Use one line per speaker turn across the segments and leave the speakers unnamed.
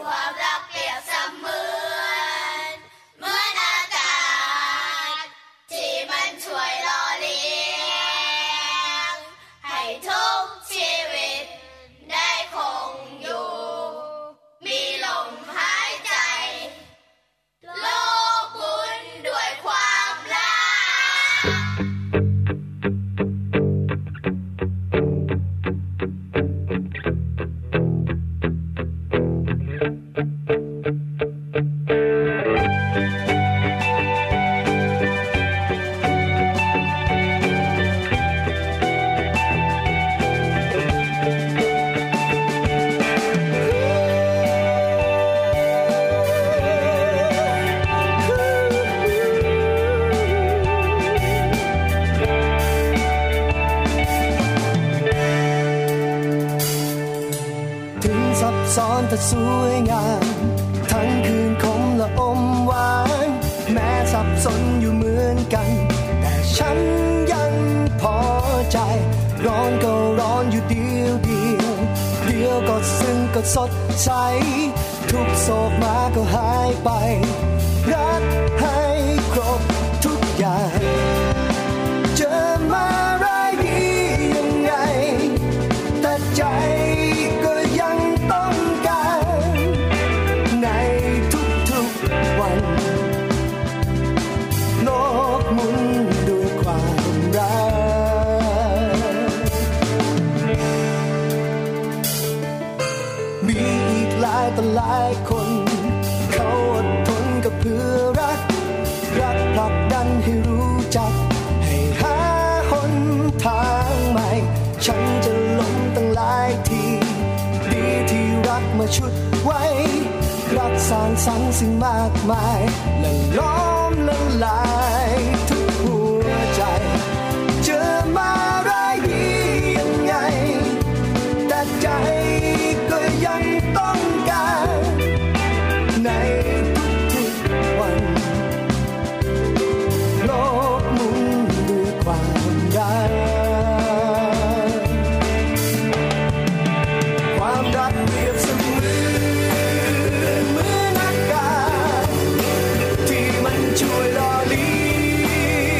ความรักเปรียบเสมือนเหมือนอากาศ ที่มันช่วยหล่อเลี้ยง ให้ทุกชีวิต ได้คงอยู่ มีลมหายใจ โลกบุญด้วยความรัก
ถึงซับซ้อนแต่สวยงาม ทั้งคืนคมและอมหวาน แม้สับสนอยู่เหมือนกัน แต่ฉันยังพอใจ ร้อนก็ร้อนอยู่เดียวเดียว เดียวก็ซึ้งก็สดใส ทุกโศกมาก็หายไป รักให้ครบทุกอย่าง เจอมาร้ายดียังไง แต่ใจก็ยังต้องการ ในทุกๆวัน โลกหมุนด้วยความรัก มีอีกหลายต่อหลายคน เขาอดทนกับเพื่อรัก รักผลักดันให้รู้จัก ให้หาหนทางใหม่ ฉันจะล้มตั้งหลายที ดีที่รักมาชุดไว้ รักสร้างสรรค์สิ่งมากมาย และล้อมละลายทุกหัวใจ เจอมาร้ายดียังไง แต่ใจก็ยังต้องการ ในทุกๆวัน โลกหมุนด้วยความรักความรักเปรียบเสมือนเหมือนอากาศที่มันช่วยหล่อเลี้ยง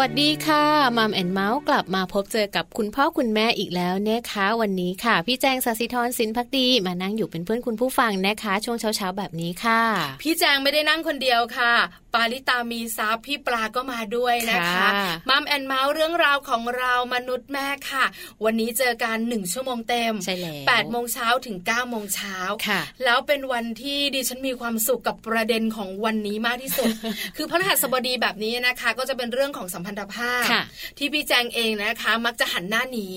วัสดีค่ะมัมแอนเมาส์กลับมาพบเจอกับคุณพ่อคุณแม่อีกแล้วนะคะวันนี้ค่ะ พี่แจงสาสิธรสินพักดีมานั่งอยู่เป็นเพื่อนคุณผู้ฟังนะคะ ช่วงเช้าๆแบบนี้ค่ะ
พี่แจงไม่ได้นั่งคนเดียวค่ะ ปาลิตามีซับพี่ปลาก็มาด้วยนะคะ
ค่ะ
มัมแอนเมาส์เรื่องราวของเรามนุษย์แม่ค่ะ วันนี้เจอกันหนึ่งชั่วโมงเต็ม
ใช่แล้ว
แปดโมงเช้าถึง9ก้าโมงเช้า
ค่ะ
แล้วเป็นวันที่ดิฉันมีความสุขกับประเด็นของวันนี้มากที่ สุด คือพระรหัสบดีแบบนี้นะคะ ก็จะเป็นเรื่องของสัมพันธภาพ
ค่ะ
ที่พี่แจงเองนะคะ มักจะหันหน้า หนี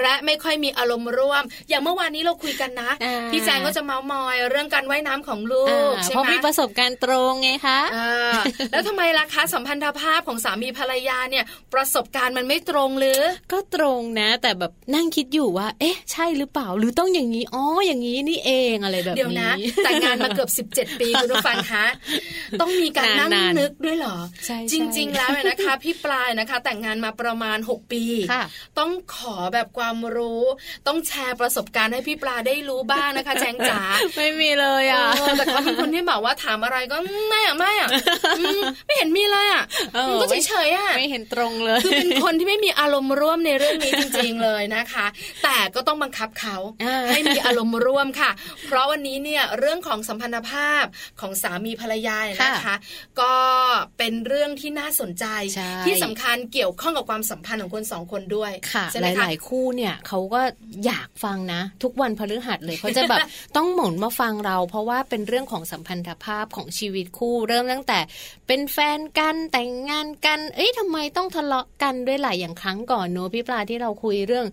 และไม่ค่อยมีอารมณ์ร่วม อย่างเมื่อวานนี้เราคุยกันนะ
อ่า
พี่แจงก็จะเมามอยเรื่องการว่ายน้ำของลู
อ่
ก
า
ใช่
เพราะ
ไหม
มีประสบการณ์ตรงไงคะ
อ่าแล้วทำไมล่ะคะสัมพันธภาพของสามีภรรยาเนี่ย ประสบการณ์มันไม่ตรงหรือ
ก็ตรงนะ แต่แบบนั่งคิดอยู่ว่า เอ๊ะ ใช่หรือเปล่าหรือต้องอย่างนี้อ๋ออย่างนี้นี่เองอะไรแบบนี้
เดี๋ยวนะแต่งงานมาเกือบ 17 ปีคุณผู้ฟังคะต้องมีการนั่ง
นานๆ
นึกด้วยเหรอ
ใช่ใช่
จริง ๆ แล้วเนี่ยนะคะ พี่ปลายนะคะ แต่งงานมาประมาณ 6 ปี
ค่ะ
ต้องขอแบบความรู้ ต้องแชร์ประสบการณ์ให้พี่ปลาได้รู้บ้างนะคะ แจงจ๋า
ไม่มีเลยอ่ะ
เออแต่เขาเป็นคนที่แบบว่าถามอะไรก็อืมไม่อะไม่อะอืมไม่เห็นมีเลยอะ
เออ
มันก็เฉยๆอะ
ไม่เห็นตรงเลย
คือเป็นคนที่ไม่มีอารมณ์ร่วมในเรื่องนี้จริงๆเลยนะคะ แต่ก็ต้องบังคับเขา
อ่า
ให้มีอารมณ์ร่วมค่ะ เพราะวันนี้เนี่ยเรื่องของสัมพันธภาพของสามีภรรยาเนี่ยนะคะ ก็เป็นเรื่องที่น่าสนใจ
ใช่
ที่สำคัญเกี่ยวข้องกับความสัมพันธ์ของคนสองคนด้วย
ค่ะ
ใช่
ห
ไหมคะ
ลาย ๆ คู่เนี่ยเขาก็อยากฟังนะ ทุกวันพฤหัสเลยเขาจะแบบ ต้องหมุนมาฟังเรา เพราะว่าเป็นเรื่องของสัมพันธภาพของชีวิตคู่ เริ่มตั้งแต่เป็นแฟนกันแต่งงานกัน เอ้ยทำไมต้องทะเลาะกันด้วยหลายอย่างครั้งก่อนเนอะพี่ปลาที่เราคุยเรื่อง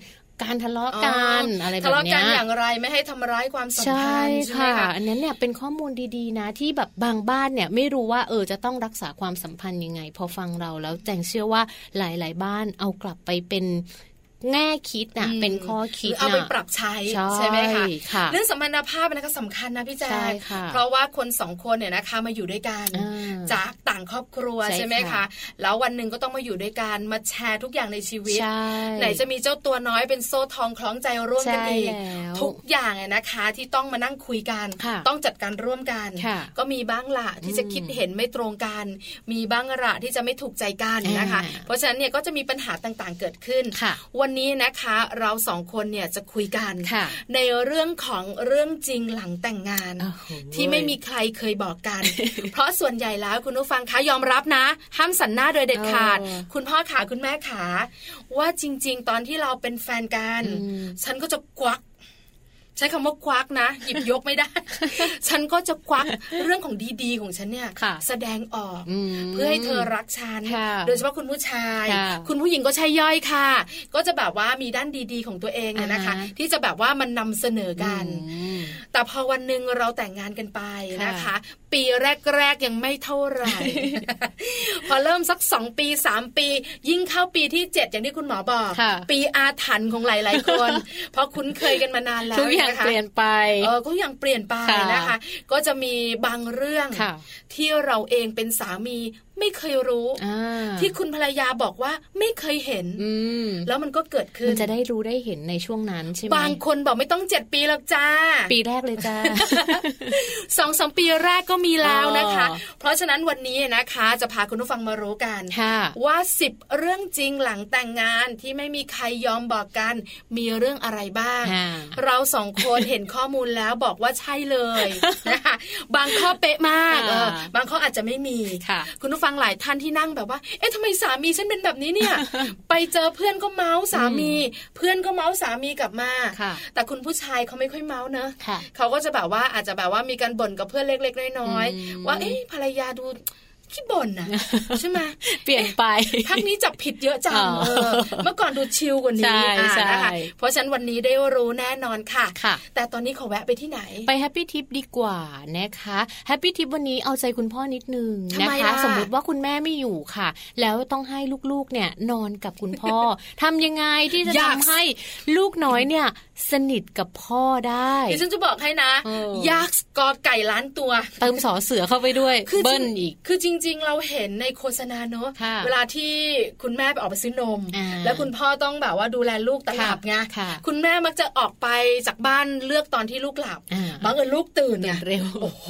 การทะเลาะกันอะไรแบบ
ทะเลาะ
เนี้
กัน
ย
อย่างไรไม่ให้ทำร้ายความสัม
ใช่
พันธ์ใช่ไหม
ค่ะ
คะ
อันนั้นเนี่ยเป็นข้อมูลดีๆนะที่แบบบางบ้านเนี่ยไม่รู้ว่าเออจะต้องรักษาความสัมพันธ์ยังไง พอฟังเราแล้วแจงเชื่อว่าหลาย ๆ บ้านเอากลับไปเป็นแง่คิดน่ะ
อืม
เป็นข้อคิด
หรืเอาไป
น่ะ
ปรับใช้
ใช่
ไหมคะ
ค่ะ
เรื่องสัมพันธภาพนะคะสำคัญนะพี่แจ๊
ใช่
ค
ค่ะ
เพราะว่าคนสองคนเนี่ยนะคะมาอยู่ด้วยกัน
อ่า
จากต่างครอบครัว
ใช่
ใช่ไหม
ค่ะ
คะแล้ววันหนึ่งก็ต้องมาอยู่ด้วยกันมาแชร์ทุกอย่างในชีวิต
ใช่
ไหนจะมีเจ้าตัวน้อยเป็นโซ่ทองคล้องใจร่วมกัน
ใช่
อีก
แล้ว
ทุกอย่างอะนะคะที่ต้องมานั่งคุยกัน
ค่ะ
ต้องจัดการร่วมกัน
ค่ะ
ก็มีบ้างละที่จะ
อืม
คิดเห็นไม่ตรงกัน มีบ้างละที่จะไม่ถูกใจกันนะคะ
อ่า
เพราะฉะนั้นเนี่ยก็จะมีปัญหาต่างๆเกิดขึ้น
ค่ะ
วันนี้นะคะเราสองคนเนี่ยจะคุยกัน
ค่ะ
ในเรื่องของเรื่องจริงหลังแต่งงาน
โอ้โห
ที่ไม่มีใครเคยบอกกัน เพราะส่วนใหญ่แล้วคุณผู้ฟังคะยอมรับนะ ห้ามสันหน้าโดยเด็ดขาด
เออ
คุณพ่อขาคุณแม่ขาว่าจริง ๆ ตอนที่เราเป็นแฟนกัน
อืม
ฉันก็จะควัก ใช้คำว่าควักนะ หยิบยกไม่ ได้ ฉันก็จะควักเรื่องของดีๆ ของฉันเนี่ย
ค่ะ
แสดงออก
อืม
เพื่อให้เธอรักฉัน
ค่ะ
โดยเฉพาะคุณผู้ชาย
ค่ะ
คุณผู้หญิงก็ใช่ย่อยค่ะ ก็จะแบบว่ามีด้านดีๆของตัวเองเนี่ยนะคะ
อ่าฮะ
ที่จะแบบว่ามันนำเสนอกัน
อืม
แต่พอวันหนึ่งเราแต่งงานกันไปนะคะ
ค่ะ
ปีแรกๆยังไม่เท่าไห ร่ พอเริ่มสักสองปีสามปี ยิ่งเข้าปีที่เจ็ดอย่างที่คุณหมอบอก
ค่ะ
ปีอาถรรพ์ของหลายๆคน เพราะคุ้นเคยกันมานานแล้ว
ทุกอย่าง
นะคะ
เปลี่ยนไป
เออก็ยังเปลี่ยนไป
ค่ะ
นะคะ ก็จะมีบางเรื่อง
ค่ะ
ที่เราเองเป็นสามีไม่เคยรู้
อ่า
ที่คุณภรรยาบอกว่าไม่เคยเห็น
อืม
แล้วมันก็เกิดขึ้
มัน นจะได้รู้ได้เห็นในช่วงนั้นใช่ไหม
บางคนบอกไม่ต้องเจ็ดปีหรอกจ้า
ปีแรกเลย จ้า
สองสามปีแรกก็มีแล้วนะคะ
อ๋อ
เพราะฉะนั้นวันนี้นะคะจะพาคุณผู้ฟังมารู้กัน
ค่ะ
ว่า 10 เรื่องจริงหลังแต่งงานที่ไม่มีใครยอมบอกกัน มีเรื่องอะไรบ้าง
ค่ะ
เราสองคน เห็นข้อมูลแล้วบอกว่าใช่เลยนะคะบางข้อเป๊ะมาก
ค่ะ
เออบางข้ออาจจะไม่มี
ค่ะ
ณผู้ฟังหลายท่านที่นั่งแบบว่า เอ๊ะทำไมสามีฉันเป็นแบบนี้เนี่ย ไปเจอเพื่อนก็เมาส์สามี เพื่อนก็เมาส์สามีกลับมา
ค่ะ
แต่คุณผู้ชายเขาไม่ค่อยเมาส์เนอะ
ค่ะ
เขาก็จะแบบว่าอาจจะแบบว่ามีการบ่นกับเพื่อนเล็กๆน้อย
อืม
ๆว่าเอ๊ะภรรยาดูขี้บ่น นะ ใช่ไหม
เปลี่ยนไป
พักนี้จับผิดเยอะจัง
อ๋อ
เออเมื่อก่อนดูชิลกว่า
ใช่
นี้อ่า
ใช่
นะคะ เพราะฉะนั้นวันนี้ได้รู้แน่นอนค่ะ
ค่ะ
แต่ตอนนี้ขอแวะไปที่ไหน
ไปแฮปปี้ทิปดีกว่านะคะแฮปปี้ทิปวันนี้เอาใจคุณพ่อนิดนึง
ทำ
นะ
ไม
คะ
ล่ะ
สมมติว่าคุณแม่ไม่อยู่ค่ะ แล้วต้อง ให้ลูกๆเนี่ยนอนกับคุณพ่อ ทำยังไงที่จะ
ยาก
ทำให้ลูกน้อยเนี่ย สนิทกับพ่อได้
ดิฉันจะบอกให้นะ
เออ
ยากกอไก่ล้านตัว
เติมสอเสือเข้าไปด้วย
คือจริง
เบิ้ลอีก
คือจริง ๆ เราเห็นในโฆษณาเนอะ
ค่ะ
เวลาที่คุณแม่ไปออกไปซื้อนม
อ่า
แล้วคุณพ่อต้องแบบว่าดูแลลูกตอนหลับไง
ค่ะค่ะ
คุณแม่มักจะออกไปจากบ้านเลือกตอนที่ลูกหลับ
อ่า
บังเอิญลูกตื่นไง
ตื่นเร็ว
โอ้โห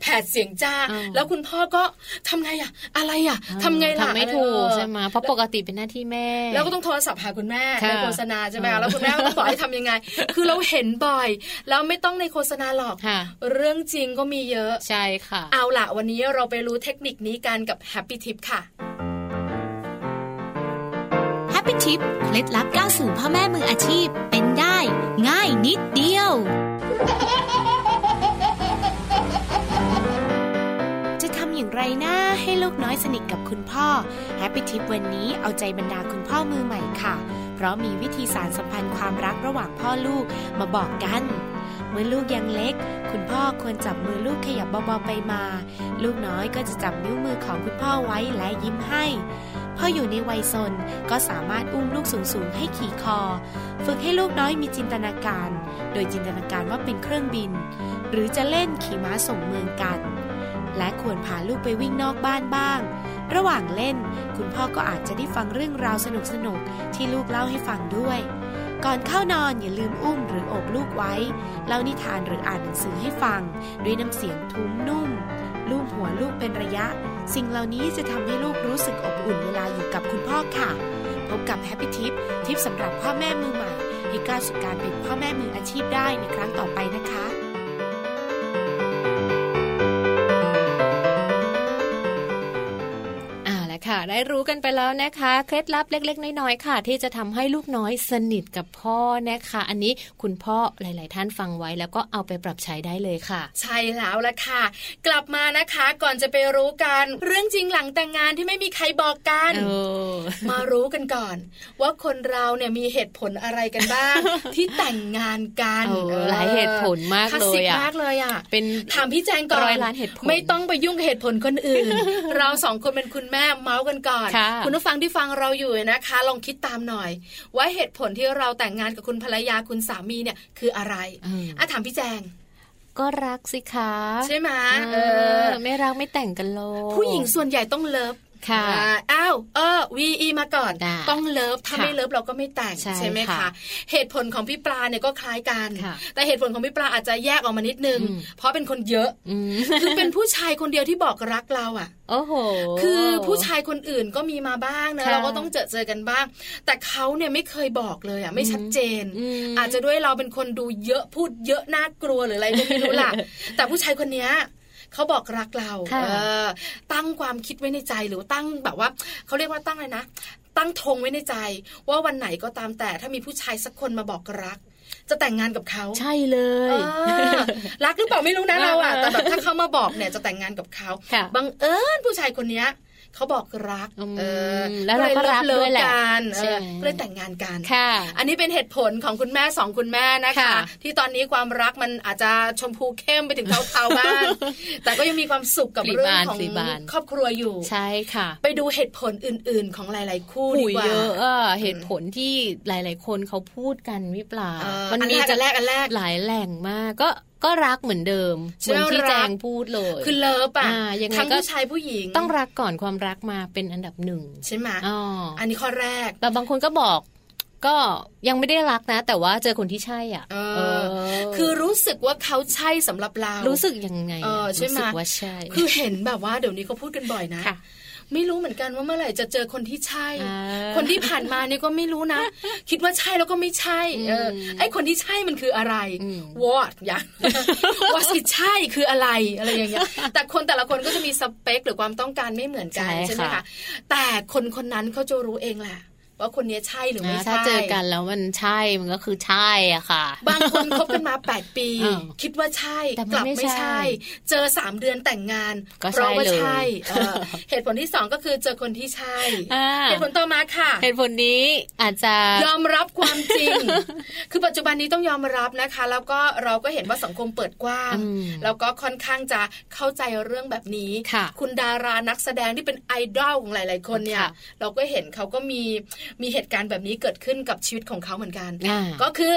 แผดเสียงจ้า
อ่า
แล้วคุณพ่อก็ทำไงอะอะไรอะทำไงล่ะ
ทำไม่
อะไร
ถูก
เออ
ใช่ไหมเพราะปกติเป็นหน้าที่แม่
แล้วก็ต้องโทรศัพท์หาคุณแม่
ค่ะ
ในโฆษณาใช่ไหม
เออ
แล้วคุณแม่ก็ต้องบอกให้ทำยังไง คือเราเห็นบ่อย แล้วไม่ต้องในโฆษณาหรอก
ค่ะ
เรื่องจริงก็มีเยอะ
ใช่ค่ะ
เอาล่ะ วันนี้เราไปรู้เทคนิคนี้กันกับ Happy Tip ค่ะ
h a p p y t i p เคล็ดลับก้าวสู่พ่อแม่มืออาชีพเป็นได้ ง่ายนิดเดียว จะทำอย่างไรนะให้ลูกน้อยสนิทกับคุณพ่อ Happy t i p วันนี้เอาใจบรรดาคุณพ่อมือใหม่ค่ะ เพราะมีวิธีสารสัมพันธ์ความรักระหว่างพ่อลูกมาบอกกัน เมื่อลูกยังเล็ก คุณพ่อควรจับมือลูกขยับเบาๆไปมา ลูกน้อยก็จะจับนิ้วมือของคุณพ่อไว้และยิ้มให้ พออยู่ในวัยซนก็สามารถอุ้มลูกสูงๆให้ขี่คอ ฝึกให้ลูกน้อยมีจินตนาการ โดยจินตนาการว่าเป็นเครื่องบิน หรือจะเล่นขี่ม้าส่งเมืองกัน และควรพาลูกไปวิ่งนอกบ้านบ้าง ระหว่างเล่น คุณพ่อก็อาจจะได้ฟังเรื่องราวสนุกๆที่ลูกเล่าให้ฟังด้วย ก่อนเข้านอนอย่าลืมอุ้มหรือโอบลูกไว้ เล่านิทานหรืออ่านหนังสือให้ฟัง ด้วยน้ำเสียงทุ้มนุ่ม ลูบหัวลูกเป็นระยะ สิ่งเหล่านี้จะทำให้ลูกรู้สึกอบอุ่นเวลาอยู่กับคุณพ่อค่ะ พบกับแฮปปี้ทิปทิปสำหรับพ่อแม่มือใหม่ให้ก้าวสู่การเป็นพ่อแม่มืออาชีพได้ในครั้งต่อไปนะคะ
อ่าแล้วค่ะ ได้รู้กันไปแล้วนะคะ เคล็ดลับเล็ก ๆ น้อยๆค่ะ ที่จะทำให้ลูกน้อยสนิทกับพ่อนะคะ อันนี้คุณพ่อหลาย ๆ ท่านฟังไว้ แล้วก็เอาไปปรับใช้ได้เลยค่ะ
ใช่แล้วละค่ะ กลับมานะคะก่อนจะไปรู้กันเรื่องจริงหลังแต่งงานที่ไม่มีใครบอกกัน
เออ
มารู้กันก่อน ว่าคนเราเนี่ยมีเหตุผลอะไรกัน บ้าง ที่แต่งงานกัน
โอ้
ออ
หลายเหตุผลมาก
คลาสสิ
เลย
ก
อะ
มากเลยอ่ะ
เป็น
ถามพี่แจงก่อน
ร้อยล้านเหตุผล
ไม่ต้องไปยุ่งกับเหตุผลคนอื่น เราสองคนเป็นคุณแม่เมาส์กันก่อน
ค่ะ
ณผู้ฟังที่ฟังเราอยู่นะคะ ลองคิดตามหน่อย ว่าเหตุผลที่เราแต่งงานกับคุณภรรยาคุณสามีเนี่ยคืออะไร
อืม
อ่ะถามพี่แจง
ก็รักสิคะ
ใช่ไหม
เอ
เอ
อ
อ
ไม่รักไม่แต่งกันหรอก
ผู้หญิงส่วนใหญ่ต้องเลิฟ
ค่ะ
อ่าอ้าวเออวีอีมาก่อน
ได้
ต้องเลิฟถ้า
ค่ะ
ไม่เลิฟเราก็ไม่แต่ง
ใช่
ไหม
ค่ะ
คะ เหตุผลของพี่ปลาเนี่ยก็คล้ายกัน
ค่ะ
แต่เหตุผลของพี่ปลาอาจจะแยกออกมานิดนึง
อืม
เพราะเป็นคนเยอะ
อืม
คือเป็นผู้ชายคนเดียวที่บอกรักเราอ่ะ
โอ้โห
คือผู้ชายคนอื่นก็มีมาบ้างนะ
ค่ะ
เราก็ต้องเจอเจอกันบ้าง แต่เขาเนี่ยไม่เคยบอกเลยอ่ะไม่ชัดเจน
อืม
อาจจะด้วยเราเป็นคนดูเยอะพูดเยอะน่ากลัวหรืออะไรก็ไม่รู้ ล่ะ แต่ผู้ชายคนเนี้ยเขาบอกรักเรา
ค่ะ
เออตั้งความคิดไว้ในใจหรือว่าตั้งแบบว่าเขาเรียกว่าตั้งเลยนะ ตั้งธงไว้ในใจ ว่าวันไหนก็ตามแต่ถ้ามีผู้ชายสักคนมาบอกรัก จะแต่งงานกับเขา
ใช่เลย
เออรักหรือเปล่าไม่รู้นะเราอะแต่แบบถ้าเขามาบอกเนี่ยจะแต่งงานกับเขา
ค่ะ
บังเอิญผู้ชายคนเนี้ยเขาบอกรัก
อืม
เออ
แล้วเราก็รัก
เลิฟ
ด้วยแหละ
เกันเอ
ใช่
อ
ไหม
ก็เลยแต่งงานกัน
ค่ะ
อันนี้เป็นเหตุผลของคุณแม่สองคุณแม่นะคะ
ค่ะ
ที่ตอนนี้ความรักมันอาจจะชมพูเข้มไปถึงเทาๆบ้าง แต่ก็ยังมีความสุขกับ
ปลี
เรื่อง
บาน
ของ
ปลีบาน
ครอบครัวอยู่
ใช่ค่ะ
ไปดูเหตุผลอื่นๆ ของหลาย ๆ คู่ดี
หูย
กว่า
เยอะอะเหตุผลที่หลาย ๆ คนเขาพูดกันวิปลา
เออ
มัมี
อันแรกอันแรกอันแรก
หลายแหล่งมากก็ก็รักเหมือนเดิม
เชื่
เหมื
อ
อนที่
รัก
แจงพูดเลย
คือเลิฟอะ
อ่ายังไง
ทั้ง
ก็
ผู้ชายผู้หญิง
ต้องรักก่อนความรักมาเป็นอันดับหนึ่ง
ใช่ไหม
อ๋ออ
อันนี้ข้อแรก
แต่บางคนก็บอก ก็ยังไม่ได้รักนะ แต่ว่าเจอคนที่ใช่อ่ะ
เออ
เออ
คือรู้สึกว่าเขาใช่สำหรับเราร
รู้สึกยังไงะ
เออใช่ไหม
รู้สึกว่าใช่
คือเห็นแบบว่าเดี๋ยวนี้เขาพูดกันบ่อยนะ
ค่ะ
ไม่รู้เหมือนกันว่าเมื่อไหร่จะเจอคนที่ใช่
อ่า
คนที่ผ่านมาเนี่ยก็ไม่รู้นะ คิดว่าใช่แล้วก็ไม่ใช่ เอออ
ม
ไอคนที่ใช่มันคืออะไร
อืม
what อย่าง ว่าสิใช่คืออะไรอะไรอย่างเงี้ย แต่คนแต่ละคนก็จะมีสเปคหรือความต้องการไม่เหมือนกัน
ใช่
ใช่ไหม
ค่ะ
คะแต่คนคนนั้นเขาจะรู้เองแหละว่าคนเนี้ยใช่หรือไม่
นะ
ใช่
ถ้าเจอกันแล้วมันใช่มันก็คือใช่อะค่ะ
บางคนคบกันมา 8 ปี
อ้าว
คิดว่าใช่
แต่มัน
กลับ
ไม่
ไม่
ใช่
ใช่ เจอ 3 เดือนแต่งงาน
ก็
เพราะว่า
ใช่เลย
ใช่เออเหตุผลที่ 2 ก็คือเจอคนที่ใช่
อ่า
เหตุผลต่อมาค่ะ
เหตุผลนี้อาจจะ
ยอมรับความจริง คือปัจจุบันนี้ต้องยอมรับนะคะ แล้วก็เราก็เห็นว่าสังคมเปิดกว้าง
อืม
แล้วก็ค่อนข้างจะเข้าใจเรื่องแบบนี้
ค่ะ
คุณดารานักแสดงที่เป็นไอดอลของหลาย ๆ คนเนี่ย เราก็เห็นเขาก็มีมีเหตุการณ์แบบนี้เกิดขึ้นกับชีวิตของเขาเหมือนกัน
อ่า
ก็คือ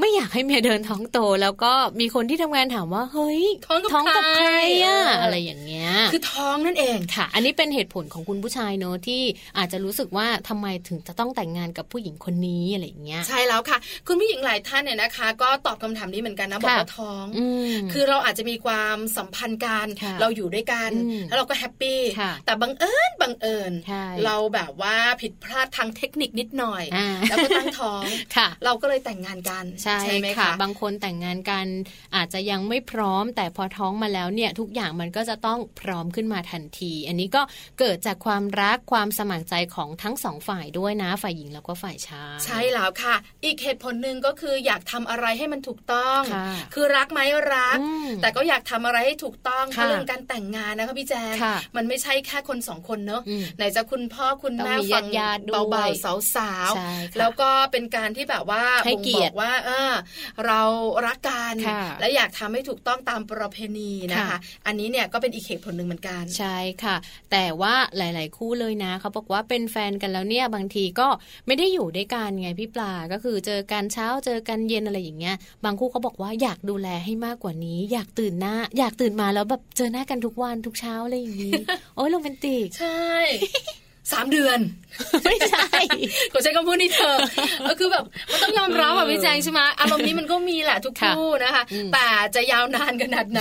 ไม่อยากให้เมียเดินท้องโต แล้วก็มีคนที่ทำงานถามว่า เฮ้ย
ท้องกับ
กับ
ใค
ใค
ร
รอะ
เอออ
อะไรอย่างเงี้ย
คือท้องนั่นเอง
ค่ะ อันนี้เป็นเหตุผลของคุณผู้ชายเนอะที่อาจจะรู้สึกว่าทำไมถึงจะต้องแต่งงานกับผู้หญิงคนนี้อะไรอย่างเงี้ย
ใช่แล้วค่ะ คุณผู้หญิงหลายท่านเนี่ยนะคะ ก็ตอบคำถามนี้เหมือนกันนะบอกว่าท้อง
อืม
คือเราอาจจะมีความสัมพันธ์กัน
ค่ะ
เราอยู่ด้วยกัน
อืม
แล้วเราก็แฮปปี้
ค่ะ
แต่บังเอิญบังเอิญ
ใช่
เราแบบว่าผิดพลาดทางเทคนิคนิดหน่อย
อ่า
แล้วก็ตั้งท้อง
ค่ะ
เราก็เลยแต่งงานกัน
ใช่
ไหม
ค่ะ
คะ
บางคนแต่งงานกันอาจจะยังไม่พร้อม แต่พอท้องมาแล้วเนี่ยทุกอย่างมันก็จะต้องพร้อมขึ้นมาทันที อันนี้ก็เกิดจากความรักความสมัครใจของทั้งสองฝ่ายด้วยนะ ฝ่ายหญิงแล้วก็ฝ่ายชาย
ใช่แล้วค่ะ อีกเหตุผลหนึ่งก็คืออยากทำอะไรให้มันถูกต้อง
ค่ะ
อรักไหมรัก
อืม
แต่ก็อยากทำอะไรให้ถูกต้อง
ค่ะ
เรื่องการแต่งงานนะคะพี่แจง
ค่ะ
มันไม่ใช่แค่คนสองคนเนอะ
อืม
ไหนจะคุณพ่อคุณ
ต้อง
แม่
มี
ฝัง
ญาติๆด้วย
เบาๆสาวสาวๆ
ใช่ค่ะ
แล้วก็เป็นการที่แบบว่า
ให้
บ่ง
เกี
บ
ย
อ
รติ
กว่าเออเรารักกัน
ค่ะ
และอยากทำให้ถูกต้องตามประเพณีนะคะ
ค่ะ
อันนี้เนี่ยก็เป็นอีกเหตุผลหนึ่งเหมือนกัน
ใช่ค่ะ แต่ว่าหลาย ๆ คู่เลยนะเขาบอกว่าเป็นแฟนกันแล้วเนี่ยบางทีก็ไม่ได้อยู่ด้วยกันไงพี่ปลาก็คือเจอกันเช้าเจอกันเย็นอะไรอย่างเงี้ย บางคู่เขาบอกว่าอยากดูแลให้มากกว่านี้ อยากตื่นหน้า อยากตื่นมาแล้วแบบเจอหน้ากันทุกวันทุกเช้าอะไรอย่างนี้ โอ้ยโรแมนติก
ใช่ สามเดือน
ไม่ใช่
ขอใช้คำพูดนี่เธอ เออคือแบบมันต้องยอมรับอ่ะ
เออ
พี่แจงใช่ไหมอารมณ์นี้มันก็มีแหละทุก
ค่ะ
คู่นะคะ
อืม
แต่จะยาวนานขนาด ไหน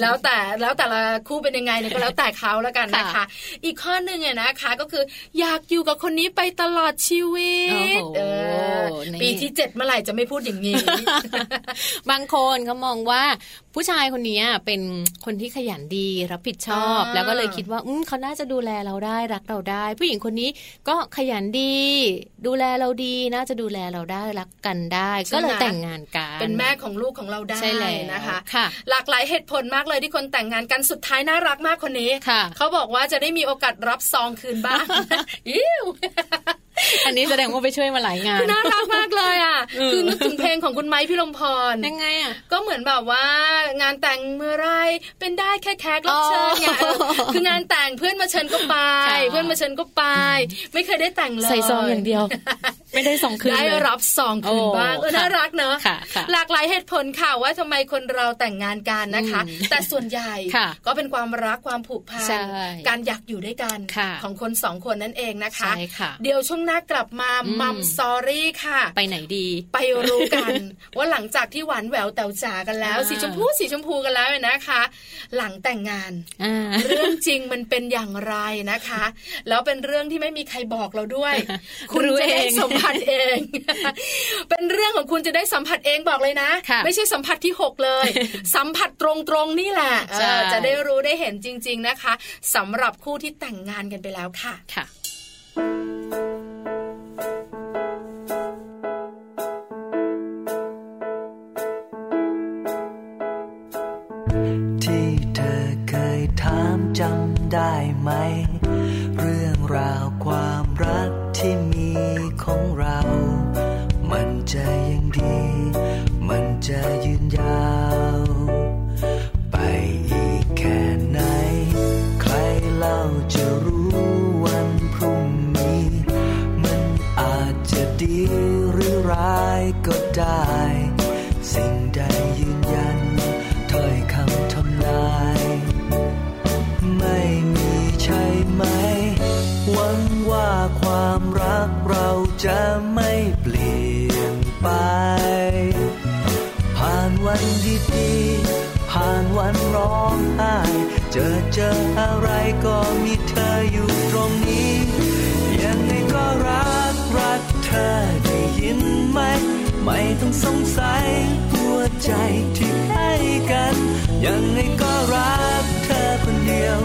แล้วแต่แล้วแต่ละคู่เป็นยังไงเนี่ยก็แล้วแต่เขาแล้วกันนะคะ
ค่ะ
อีกข้อหนึ่งเนี่ยนะคะก็คืออยากอยู่กับคนนี้ไปตลอดชีวิต
โอ้โห
เออ
นี่
ปีที่เจ็ดเมื่อไหร่จะไม่พูดอย่างนี้
บางคนเขามองว่าผู้ชายคนเนี้ยเป็นคนที่ขยันดีรับผิดชอบ
อ่า
แล้วก็เลยคิดว่าอืมเขาน่าจะดูแลเราได้รักเราได้ ผู้หญิงคนนี้ก็ขยันดี ดูแลเราดีน่าจะดูแลเราได้รักกันได้ ก็เลยแต่งงานกัน
เป็นแม่ของลูกของเราได้
ใช่แล้ว
นะคะ
ค่ะ
หลากหลายเหตุผลมากเลยที่คนแต่งงานกันสุดท้ายน่ารักมากคนนี้
ค่ะ
เขาบอกว่าจะได้มีโอกาสรับซองคืน บ้าง อิ้ว
อันนี้แสดงว่าไปช่วยมาหลายงาน
คือน่ารักมากเลยอ่ะ
เออ
คือนึกถึงเพลงของคุณไม้พี่ลมพร
ยังไงอ่ะ
ก็เหมือนแบบว่างานแต่งเมื่อไรเป็นได้แค่แขกรับเชิญไงเออ
อ๋อ
คืองานแต่งเพื่อนมาเชิญก็ไป
ค่ะ
เพื่อนมาเชิญก็ไป ไม่เคยได้แต่งเลย
ใส่ซองอย่างเดียว ไม่ได้สองคืน
ได้
เลย
รับซองคืน
โอ้
บ้างเออ
ค่ะ
น่ารักเนอะ
ค่ะค่ะ
หลากหลายเหตุผลค่ะว่าทำไมคนเราแต่งงานกันนะคะ
อืม
แต่ส่วนใหญ่
ค่ะ
ก็เป็นความรักความผูกพัน
ใช่
การอยากอยู่ด้วยกัน
ค่ะ
ของคนสองคนนั่นเองนะคะ
ใช่ค่ะ
เดี๋ยวช่วงหน้ากลับมา
อืม
มัมซอรี่ค่ะ
ไปไหนดี
ไปรู้กัน ว่าหลังจากที่หวานแหววแต๋วจ๋ากันแล้ว
อ่า
สีชมพูสีชมพูกันแล้วเนี่ยนะคะ หลังแต่งงาน
อ่า
เรื่องจริงมันเป็นอย่างไรนะคะ แล้วเป็นเรื่องที่ไม่มีใครบอกเราด้วย คุณ
รู้
จะได้
เอง
สัมผัสเอง เป็นเรื่องของคุณจะได้สัมผัสเองบอกเลยนะ
ค่ะ
ไม่ใช่สัมผัสที่หกเลย สัมผัสตรงๆนี่แหละเออ
ใช่
จะได้รู้ได้เห็นจริง ๆนะคะสำหรับคู่ที่แต่งงานกันไปแล้วค่ะ
ค่ะ
ที่เธอเคยถามจำได้ไหม เรื่องราวความรักที่มีของเรา มันจะยังดี มันจะยืนยาว ไปอีกแค่ไหน ใครเล่าจะรู้วันพรุ่งนี้ มันอาจจะดีหรือร้ายก็ได้ สิ่งใดยืนยันถ้อยคำทำนาย ไม่มีใช่ไหม หวังว่าความรักเราจะไม่เปลี่ยนไป ผ่านวันที่ดีๆผ่านวันร้องไห้ เจอเจออะไรก็มีเธออยู่ตรงนี้ ยังไงก็รักรักเธอได้ยินไหม ไม่ต้องสงสัยหัวใจที่ให้กัน ยังไงก็รักเธอคนเดียว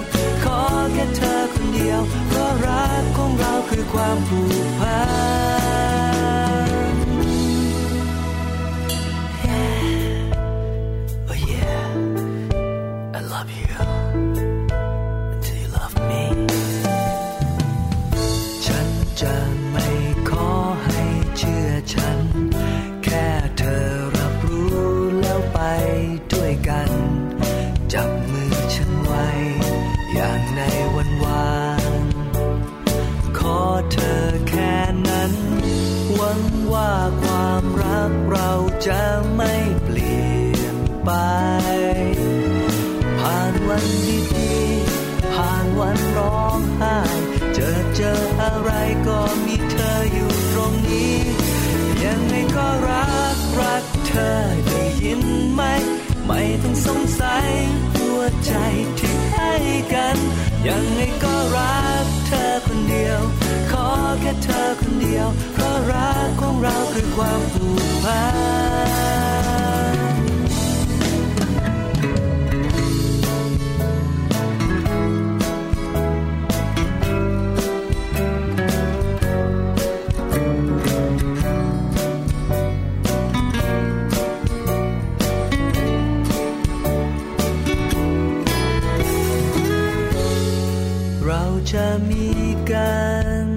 ขอแค่เธอคนเดียวเพราะรักของเราคือความผูกพัน Oh yeah, I love you until you love me. ฉันจะไม่ขอให้เชื่อฉัน แค่เธอรับรู้แล้วไปด้วยกัน จับมือฉันไว้ อย่างในวันวาน ขอเธอแค่
จะไม่เปลี่ยนไป ผ่านวันดีๆ ผ่านวันร้องไห้ เจอเจออะไรก็มีเธออยู่ตรงนี้ ยังไงก็รักรักเธอได้ยินไหม ไม่ต้องสงสัยหัวใจที่ให้กัน ยังไงก็รักเธอคนเดียว ขอแค่เธอคนเดียว เพราะรักของเราคือความผูกพัน เราจะมีกัน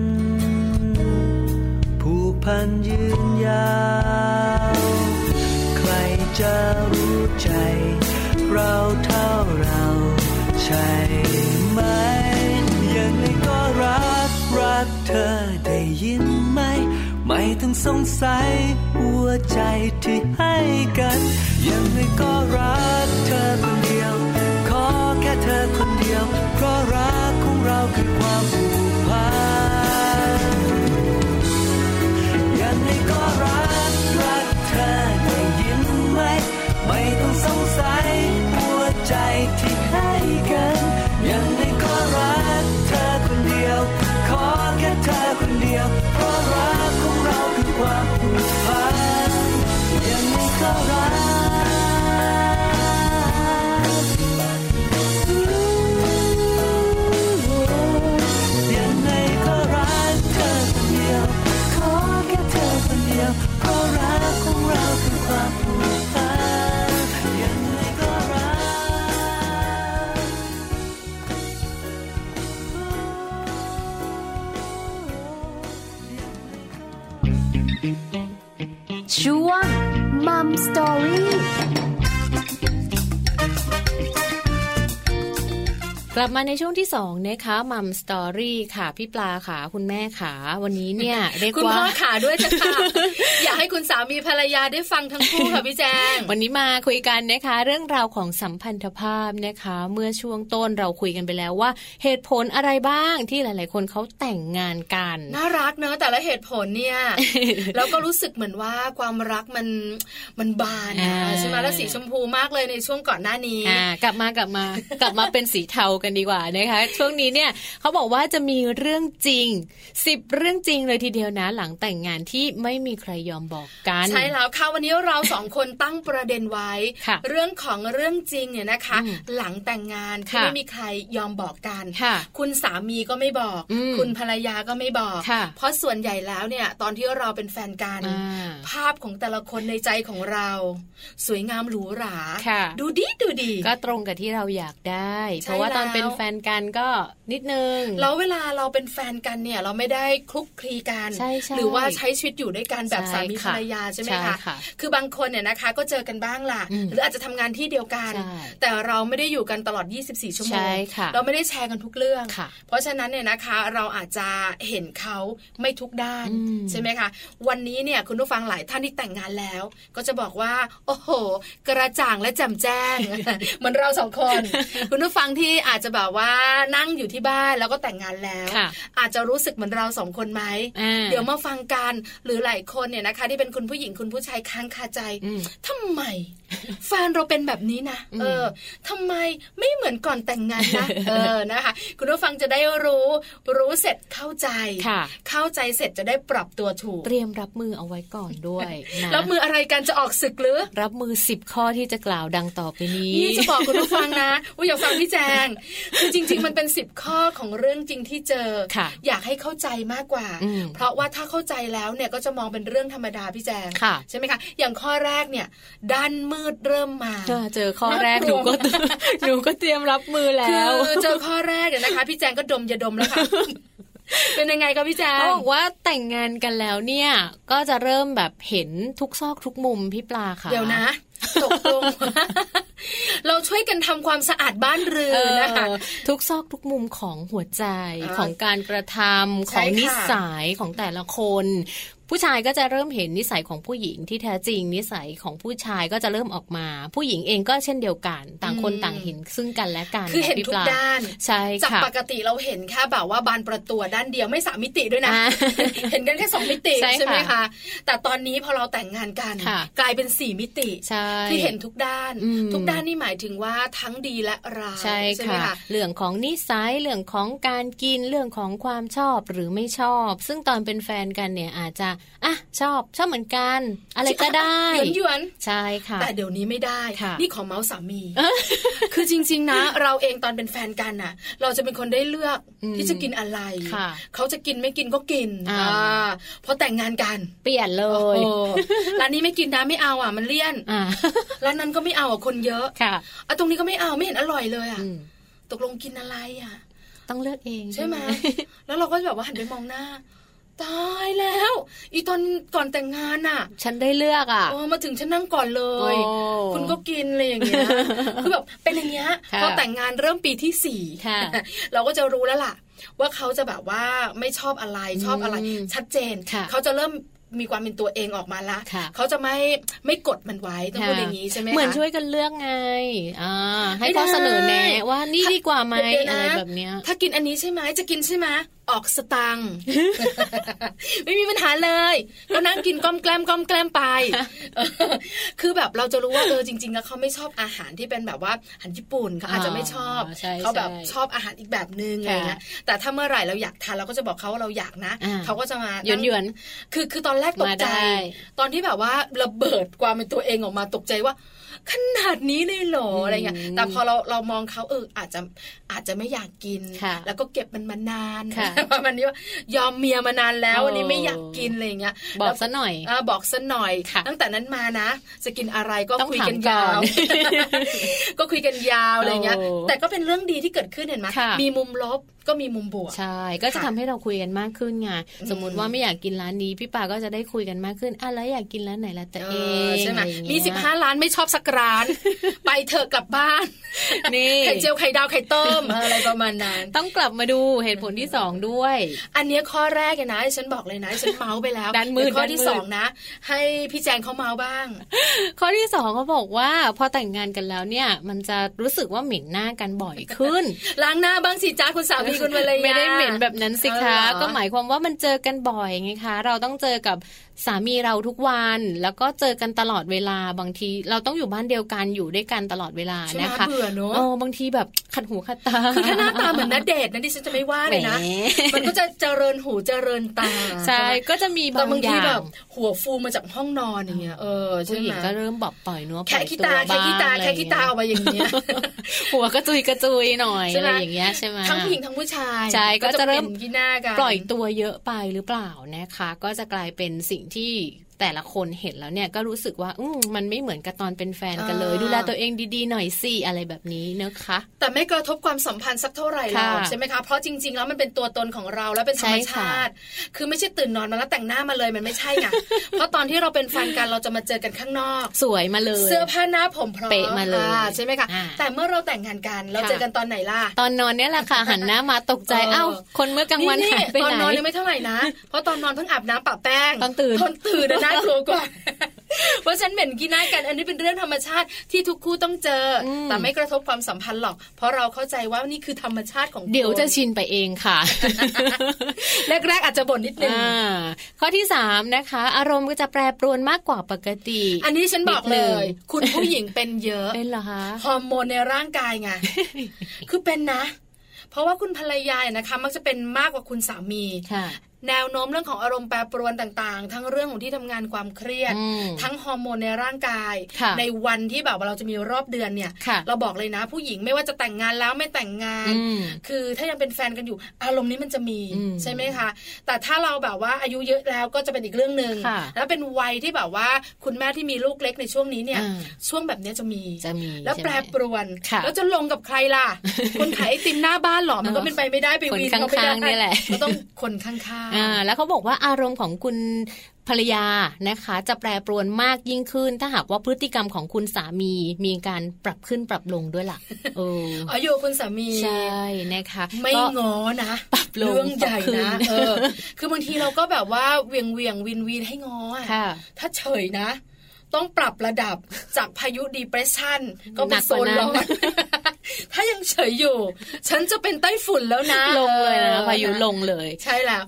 ผูกพันยืนยาว ใครจะรู้ใจ เราเท่าเราใช่ไหม ยังไงก็รักรักเธอได้ยินไหม ไม่ต้องสงสัยหัวใจที่ให้กัน ยังไงก็รักเธอคนเดียว ขอแค่เธอคนเดียว เพราะรักของเราคือความผูกพัน ยังไงก็รักรักเธอได้ยินไหม ไม่ต้องสงสัยหัวใจที่ให้กัน ยังไงก็รักเธอคนเดียว ขอแค่เธอคนเดียว เพราะรักของเราคือความผูกพันยังไงก็รัก ยังไงก็รักเธอคนเดียว ขอแค่เธอคนเดียวเพราะรักของเราคือความผูกพันยังไงก็รัก
ช่วงมัมสตอรี่
กลับมาในช่วงที่สองนะคะมัมสตอรี่ค่ะ พี่ปลาค่ะ คุณแม่ค่ะวันนี้ เนี่ย เรียก
คุณ
ว่า
พ่อขาด้วยจ้ะค่ะ อยากให้คุณสามีภรรยาได้ฟังทั้งคู่ค่ะพี่แจง
วันนี้มาคุยกันนะคะ เรื่องราวของสัมพันธภาพนะคะ เมื่อช่วงต้นเราคุยกันไปแล้วว่า เหตุผลอะไรบ้างที่หลาย ๆ คนเขาแต่งงานกัน
น่ารักเนอะแต่ละเหตุผล เนี่ย แล้วก็รู้สึกเหมือนว่าความรักมันมันบานนะ
อ่า
ใช่ไหมแล้วสีชมพูมากเลยในช่วงก่อนหน้านี้
อ่ากลับมากลับมากลับมาเป็นสีเทากันดีกว่านะคะ ช่วงนี้เนี่ยเขาบอกว่าจะมีเรื่องจริง10เรื่องจริงเลยทีเดียวนะ หลังแต่งงานที่ไม่มีใครยอมบอกกัน
ใช่แล้วค่ะวันนี้เราสองคนตั้งประเด็นไว้
ค่ะ
เรื่องของเรื่องจริงเนี่ยนะคะ
อืม
หลังแต่งงานที่
ค่ะ
ไม่มีใครยอมบอกกัน
ค่ะ
คุณสามีก็ไม่บอก
อืม
คุณภรรยาก็ไม่บอก
ค่ะ
เพราะส่วนใหญ่แล้วเนี่ย ตอนที่เราเป็นแฟนกัน
อ่า
ภาพของแต่ละคนในใจของเรา สวยงามหรูหรา
ค่ะ
ดูดีดูดี
ก็ตรงกับที่เราอยากได้
ใช่
เพราะว่าตอน
แล้ว
เป็นแฟนกันก็นิดนึง
แล้วเวลาเราเป็นแฟนกันเนี่ยเราไม่ได้คลุกคลีกัน
ใช่ใช่
หรือว่าใช้ชีวิตอยู่ด้วยกันแบบสามี
ใช่
ภร
ค่ะ
รยาใช่ไหม
ใช่
คะ
ค่ะ
คือบางคนเนี่ยนะคะก็เจอกันบ้างล่ะ
อืม
หรืออาจจะทำงานที่เดียวกัน
ใช่
แต่เราไม่ได้อยู่กันตลอด 24 ชั่วโม
ใช่
ง
ค่ะ
เราไม่ได้แชร์กันทุกเรื่อง
ค่ะ
เพราะฉะนั้นเนี่ยนะคะเราอาจจะเห็นเขาไม่ทุกด้าน
อืม
ใช่ไหมคะวันนี้เนี่ยคุณผู้ฟังหลายท่านที่แต่งงานแล้ว ก็จะบอกว่า โอ้โห กระจ่างและแจ่มแจ้ง เหมือนเราสองคน คุณผู้ฟังที่อาจจะแบบว่านั่งอยู่ที่บ้านแล้วก็แต่งงานแล้ว
ค่ะ
อาจจะรู้สึกเหมือนเราสองคนไหม
อ่า
เดี๋ยวมาฟังกันหรือหลายคนเนี่ยนะคะ ที่เป็นคุณผู้หญิงคุณผู้ชายค้างคาใจ
อืม
ทำไม แฟนเราเป็นแบบนี้นะเออทำไมไม่เหมือนก่อนแต่งงาน นะ เออนะคะ คุณผู้ฟังจะได้รู้รู้เสร็จเข้าใจ
ค่ะ
เข้าใจเสร็จจะได้ปรับตัวถูก
เตรียมรับมือเอาไว้ก่อนด้วยนะ
แล้วมืออะไรกันจะออกศึกหรือ
รับมือ10ข้อที่จะกล่าวดังต่อไปนี้
นี่จะบอกคุณผู้ฟังนะว่าอย่าฟังพี่แจง คือจริง ๆ มันเป็นสิบข้อของเรื่องจริงที่เจอ
ค่ะ
อยากให้เข้าใจมากกว่า
อืม
เพราะว่าถ้าเข้าใจแล้วเนี่ยก็จะมองเป็นเรื่องธรรมดาพี่แจง
ค่ะ
ใช่ไหมคะ อย่างข้อแรกเนี่ยด้านมืดเริ่มมา
เออเจอข้อแรกห
น่า
นู
ก
ก็
ลัว
หนูก็เตรียมรับมือแล้
คื
ว
อเจอข้อแรกเนี่ยนะคะพี่แจงก็ดมยาดม แล้วค่ะ เป็นยังไงคะพี่แจง
เขาบอกว่าแต่งงานกันแล้วเนี่ย ก็จะเริ่มแบบเห็นทุกซอกทุกมุมพี่ปลาค่ะ
เดี๋ยวนะ ตก ลง เราช่วยกันทำความสะอาดบ้านเรื
เอ
อน
อ
นะคะ
ทุกซอกทุกมุมของหัวใจ
อ่า
ของการกระทำ
ใช่
ของ
ค่ะ
นิสัยของแต่ละคน ผู้ชายก็จะเริ่มเห็นนิสัยของผู้หญิงที่แท้จริง นิสัยของผู้ชายก็จะเริ่มออกมา ผู้หญิงเองก็เช่นเดียวกัน ต่างคน
อืม
ต่างเห็นซึ่งกันและกัน
คือเห็น
พี่
ทุ
ป
ก
ล
ด้าน
ใช่
จาก
ค่ะ
ปกติเราเห็นแค่แบบว่าบานประตูด้านเดียวไม่สามมิติด้วยนะ
อ่า
เห็นกันแค่สองมิติ
ใช่ค่ะ
ใช่ไหมคะ แต่ตอนนี้พอเราแต่งงานกัน
ค่ะ
กลายเป็นสี่มิติ
ใช่
คือเห็นทุกด้าน
อืม
ทุกด้านนี่หมายถึงว่าทั้งดีและร้าย
ใช่
ไหม
ค่ะ
คะ
เรื่องของนิสัย เรื่องของการกิน เรื่องของความชอบหรือไม่ชอบ ซึ่งตอนเป็นแฟนกันเนี่ยอาจจะ อ่ะ ชอบ ชอบเหมือนกัน อะไรก็ได้
หยวนหยวน
ใช่ค่ะ
แต่เดี๋ยวนี้ไม่ได้
ค่ะ
นี่ขอเมาส์สามี คือจริง ๆ นะ เราเองตอนเป็นแฟนกันน่ะ เราจะเป็นคนได้เลือก
อืม
ที่จะกินอะไร
ค่ะ
เขาจะกินไม่กินก็กิน
อ่า
าพอแต่งงานกัน
เปลี่ยนเล
โอ้
ย
โห ร้านนี้ไม่กินนะไม่เอาอ่ะมันเลี่ยน
อ่า
ร้านนั้นก็ไม่เอาอ่ะคนเยอะ
ค่ะ
อ่ะตรงนี้ก็ไม่เอาไม่เห็นอร่อยเลยอ่ะ
อืม
ตกลงกินอะไรอ่ะ
ต้องเลือกเอง
ใช่ไหมแล้วเราก็แบบว่าหันไปมองหน้า ตายแล้ว อีตอนก่อนแต่งงานน่ะ
ฉันได้เลือกอ่ะ
เออมาถึงฉันนั่งก่อนเลย
โอ้
คุณก็กินอะไรอย่างเงี้ย คือแบบเป็นอย่างเงี้ย
ค่ะ
พอแต่งงานเริ่มปีที่สี่
ค่ะ
เราก็จะรู้แล้วล่ะ ว่าเขาจะแบบว่าไม่ชอบอะไรชอบอะไร
อืม
ชัดเจน
ค่ะ
เขาจะเริ่มมีความเป็นตัวเองออกมาละ
ค่ะ
เขาจะไม่ไม่กดมันไว้ต้องพูด
ค่ะ
อย่างนี้ใช่ไหม
เหมือน
คะ
ช่วยกันเลือกไง อ่า ให้
ไม่ได้
ข้อเสนอแนะว่านี่
ถ้า
ดีกว่าไหม
เดี๋ยว
อะ
นะ
ไรแบบเนี้ย
ถ้ากินอันนี้ใช่ไหมจะกินใช่ไหมออกสตังค์ ไม่มีปัญหาเลย ก็นั่งกินก้อมแกล้มก้อมแกล้ม ไปเออคือแบบเราจะรู้ว่าเออจริง ๆ แล้วเขาไม่ชอบอาหารที่เป็นแบบว่าอาหารญี่ปุ่นเขาอาจจะไม่ชอบ
อ๋อใช่
เขาแบบ
ใช่
ชอบอาหารอีกแบบนึงอะไรเงี้ยแต่ถ้าเมื่อไหร่เราอยากทานเราก็จะบอกเขาว่าเราอยากนะ
อ่า
เขาก็จะมา
หยวนหยวน
ๆคือคือตอนแรกต
มาก
ใจ
ได้
ตอนที่แบบว่าระเบิดความเป็นตัวเองออกมาตกใจว่า ขนาดนี้เลยเหรอ
อืม
อะไรเงี้ยแต่พอเราเรามองเขาเอออาจจะอาจจะไม่อยากกิน
ค่ะ
แล้วก็เก็บมันมานาน
ค่ะ
ประมาณนี้ว่ายอมเมียมานานแล้ว
โอ้
วันนี้ไม่อยากกินอะไรเงี้ย
บอกซะหน่อย
เออบอกซะหน่อย
ค่ะ
ตั้งแต่นั้นมานะ จะกินอะไรก็
ต้อง
คุย
ถาม
กัน ยาว
ก่อน
ก็คุยกันยาวอะไรเงี้ย
โอ้
แต่ก็เป็นเรื่องดีที่เกิดขึ้นเห็นไหม
ค่ะ
มีมุมลบก็มีมุมบวก
ใช่ ก็จะทำให้เราคุยกันมากขึ้นไง สมมติว่าไม่อยากกินร้านนี้ พี่ปาก็จะได้คุยกันมากขึ้นอ่ะแล้วอยากกินร้านไหนล่ะแต่
เอ
เอ
อง ใช่ไหม
อะไรอย่งเงี้ย
มีสิบห้าร้านไม่ชอบสัก ร้าน ไปเถอะกลับบ้าน
นี่
ไข่เจียวไข่ดาวไข่ต้ม อะไรประมาณนั้น
ต้องกลับมาดูเหตุผลที่สองด้วย
อันเนี้ยข้อแรกเนี่ยนะฉันบอกเลยนะฉันเมาส์ไปแล้ว
ด้านมืด
เยวข้อ
ด้าน
ที่
มืด
สองนะ ให้พี่แจงเขาเมาส์บ้าง
ข้อที่สองเขาบอกว่าพอแต่งงานกันแล้วเนี่ย มันจะรู้สึกว่าเหม็นหน้ากันบ่อยขึ้ น
ล้างหน้าบ้างสิจ้าคุณสามีคุณวรยา
ไม่ได้เหม็นแบบนั้นสิคะ
เอาเหรอ
ก็หมายความว่ามันเจอกันบ่อยไงคะ เราต้องเจอกับสามีเราทุกวัน แล้วก็เจอกันตลอดเวลาบางที เราต้องอยู่บ้านเดียวกันอยู่ด้วยกันตลอดเวลา
ใช่ไหม
นะคะ
เบื่อเนอะ
บางทีแบบขัดหูขัดตา
คือถ้าหน้าตาเหมือนนัดเดทนะดิฉันจะไม่ว่าเลยนะ
แหม
มันก็จะเจริญหูเจริญตา
ใช่ก็จะมี
แต่
บาง
บาง
อ
ที
ย่า
แบ
ง
บหัวฟูมาจากห้องนอนอย่างเงี้ยเออใช่
ผู้ห
ไห
ญิ
ม
งก็เริ่มบอบปล่อยเนื้อปล่
แค่
อย
ขี้
ตัว
ตา
บ้าง
แค่ขี้ตา
อะไร
แค่ขี้ตาออกมาอย่างเงี้ย
หัวกระจุยกระจุยหน่อย
ใช่
อะ
ไหม
ไรอย่างเงี้ยใช่ไหม
ทั้งผู้หญิงทั้งผู้ชาย
ใช่ก็จะเริ่ม
ป็นกินหน้ากัน
ปล่อยตัวเยอะไปหรือเปล่านะคะ ก็จะกลายเป็นสิ่งที่แต่ละคนเห็นแล้วเนี่ยก็รู้สึกว่าอืมมันไม่เหมือนกับตอนเป็นแฟนกันเลย
อ่า
ดูแลตัวเองดีๆหน่อยสิอะไรแบบนี้นะคะ
แต่ไม่กระทบความสัมพันธ์สักเท่าไหร่หรอก
ค่ะ
ใช่ไหมคะ เพราะจริง ๆ แล้วมันเป็นตัวตนของเราแล้วเป็นธรรม
ใช่ค่ะ
ชาติ คือไม่ใช่ตื่นนอนมาแล้วแต่งหน้ามาเลยมันไม่ใช่ไง เพราะตอนที่เราเป็นแฟนกันเราจะมาเจอกันข้างนอก
สวยมาเลย
เสื้อผ้าหน้าผมพร้อม
เป๊ะมาเลย
อ่ใช่ไหมคะ
อ่า
แต่เมื่อเราแต่งงานกันเรา
ค่ะ
เจอกันตอนไหนล่ะ
ตอนนอนเนี่ยแหละ ค่ะ หันหน้ามาตกใจ
เออ
เอ้าคนเมื่อกลางวันหายไป
ตอน
ไหน
นอนยังไม่เท่าไหร่ นะ เพราะตอนนอนเพิ่งอาบน้ำปะแป้ง
ตอนตื่น
ตอนตื่นน่ะน่ากลัวกว่า เพราะฉะนันเหม็นกินหน้ากันอันนี้เป็นเรื่องธรรมชาติที่ทุกคู่ต้องเจออแต่ไม่กระทบความสัมพันธ์หรอก เพราะเราเข้าใจว่านี่คือธรรมชาติของคน
เดี๋ยวจะชินไปเอง ค่ะ
แรกๆ อาจจะบ่นนิดนึง
อ่าข้อที่สามนะคะ อารมณ์ก็จะแปรปรวนมากกว่าปกติ
อันนี้ฉันบอก
นิดห
เลย
นึ่ง
คุณผู้หญิงเป็นเยอะ
เป็นเหรอคะ
ฮอร์โมนในร่าง กายไง คือเป็นนะ เพราะว่าคุณภรรยาเนี่ยนะคะ มักจะเป็นมากกว่าคุณสามี
ค่ะ
แนวโน้มเรื่องของอารมณ์แปรปรวนต่างๆ ทั้งเรื่องของที่ทำงานความเครียด
อืม
ทั้งฮอร์โมนในร่างกาย
ค่ะ
ในวันที่แบบว่าเราจะมีรอบเดือนเนี่ย
ค่ะ
เราบอกเลยนะ ผู้หญิงไม่ว่าจะแต่งงานแล้วไม่แต่งงาน
อืม
คือถ้ายังเป็นแฟนกันอยู่ อารมณ์นี้มันจะมี
อืม
ใช่ไหมคะ แต่ถ้าเราแบบว่าอายุเยอะแล้วก็จะเป็นอีกเรื่องหนึ่ง
ค่ะ
แล้วเป็นวัยที่แบบว่าคุณแม่ที่มีลูกเล็กในช่วงนี้เนี่ย
อ่า
ช่วงแบบเนี้ยจะมี
จะมี
แล้ว
ใช่ไหม
แปรปรวน
ค่ะ
แล้วจะลงกับใคร ล่ะ คนขายไอติมหน้าบ้านเหรอ มันก็เป็นไปไม่ได้ไป
คน
วีนเขาไม่
ข้างๆ
ได้
นี่แหละ
มันต้องคนข้าง
อ่าแล้วเขาบอกว่าอารมณ์ของคุณภรรยานะคะ จะแปรปรวนมากยิ่งขึ้น ถ้าหากว่าพฤติกรรมของคุณสามีมีการปรับขึ้นปรับลงด้วย ล่ะเออ
อ๋ออยู่กับคุณสามี
ใช่นะคะ
ไม่
ก็
ง้อนะ
ปรับลง
เรื่องใหญ่
ปรับคืน
นะเออ คือบางทีเราก็แบบว่าเวียงเวียงวินวินให้ง้ออะ
ค่ะ
ถ้าเฉยนะ ต้องปรับระดับจากพายุดีเพรสชันก็
หนัก
เป็นโซ
กว่าน นั้น
ร้อน ถ้ายังเฉยอยู่ ฉันจะเป็นไต้ฝุ่นแล้วนะ
ลงเลยนะ
ออ
พายุลงเลย
ใช่แล้ว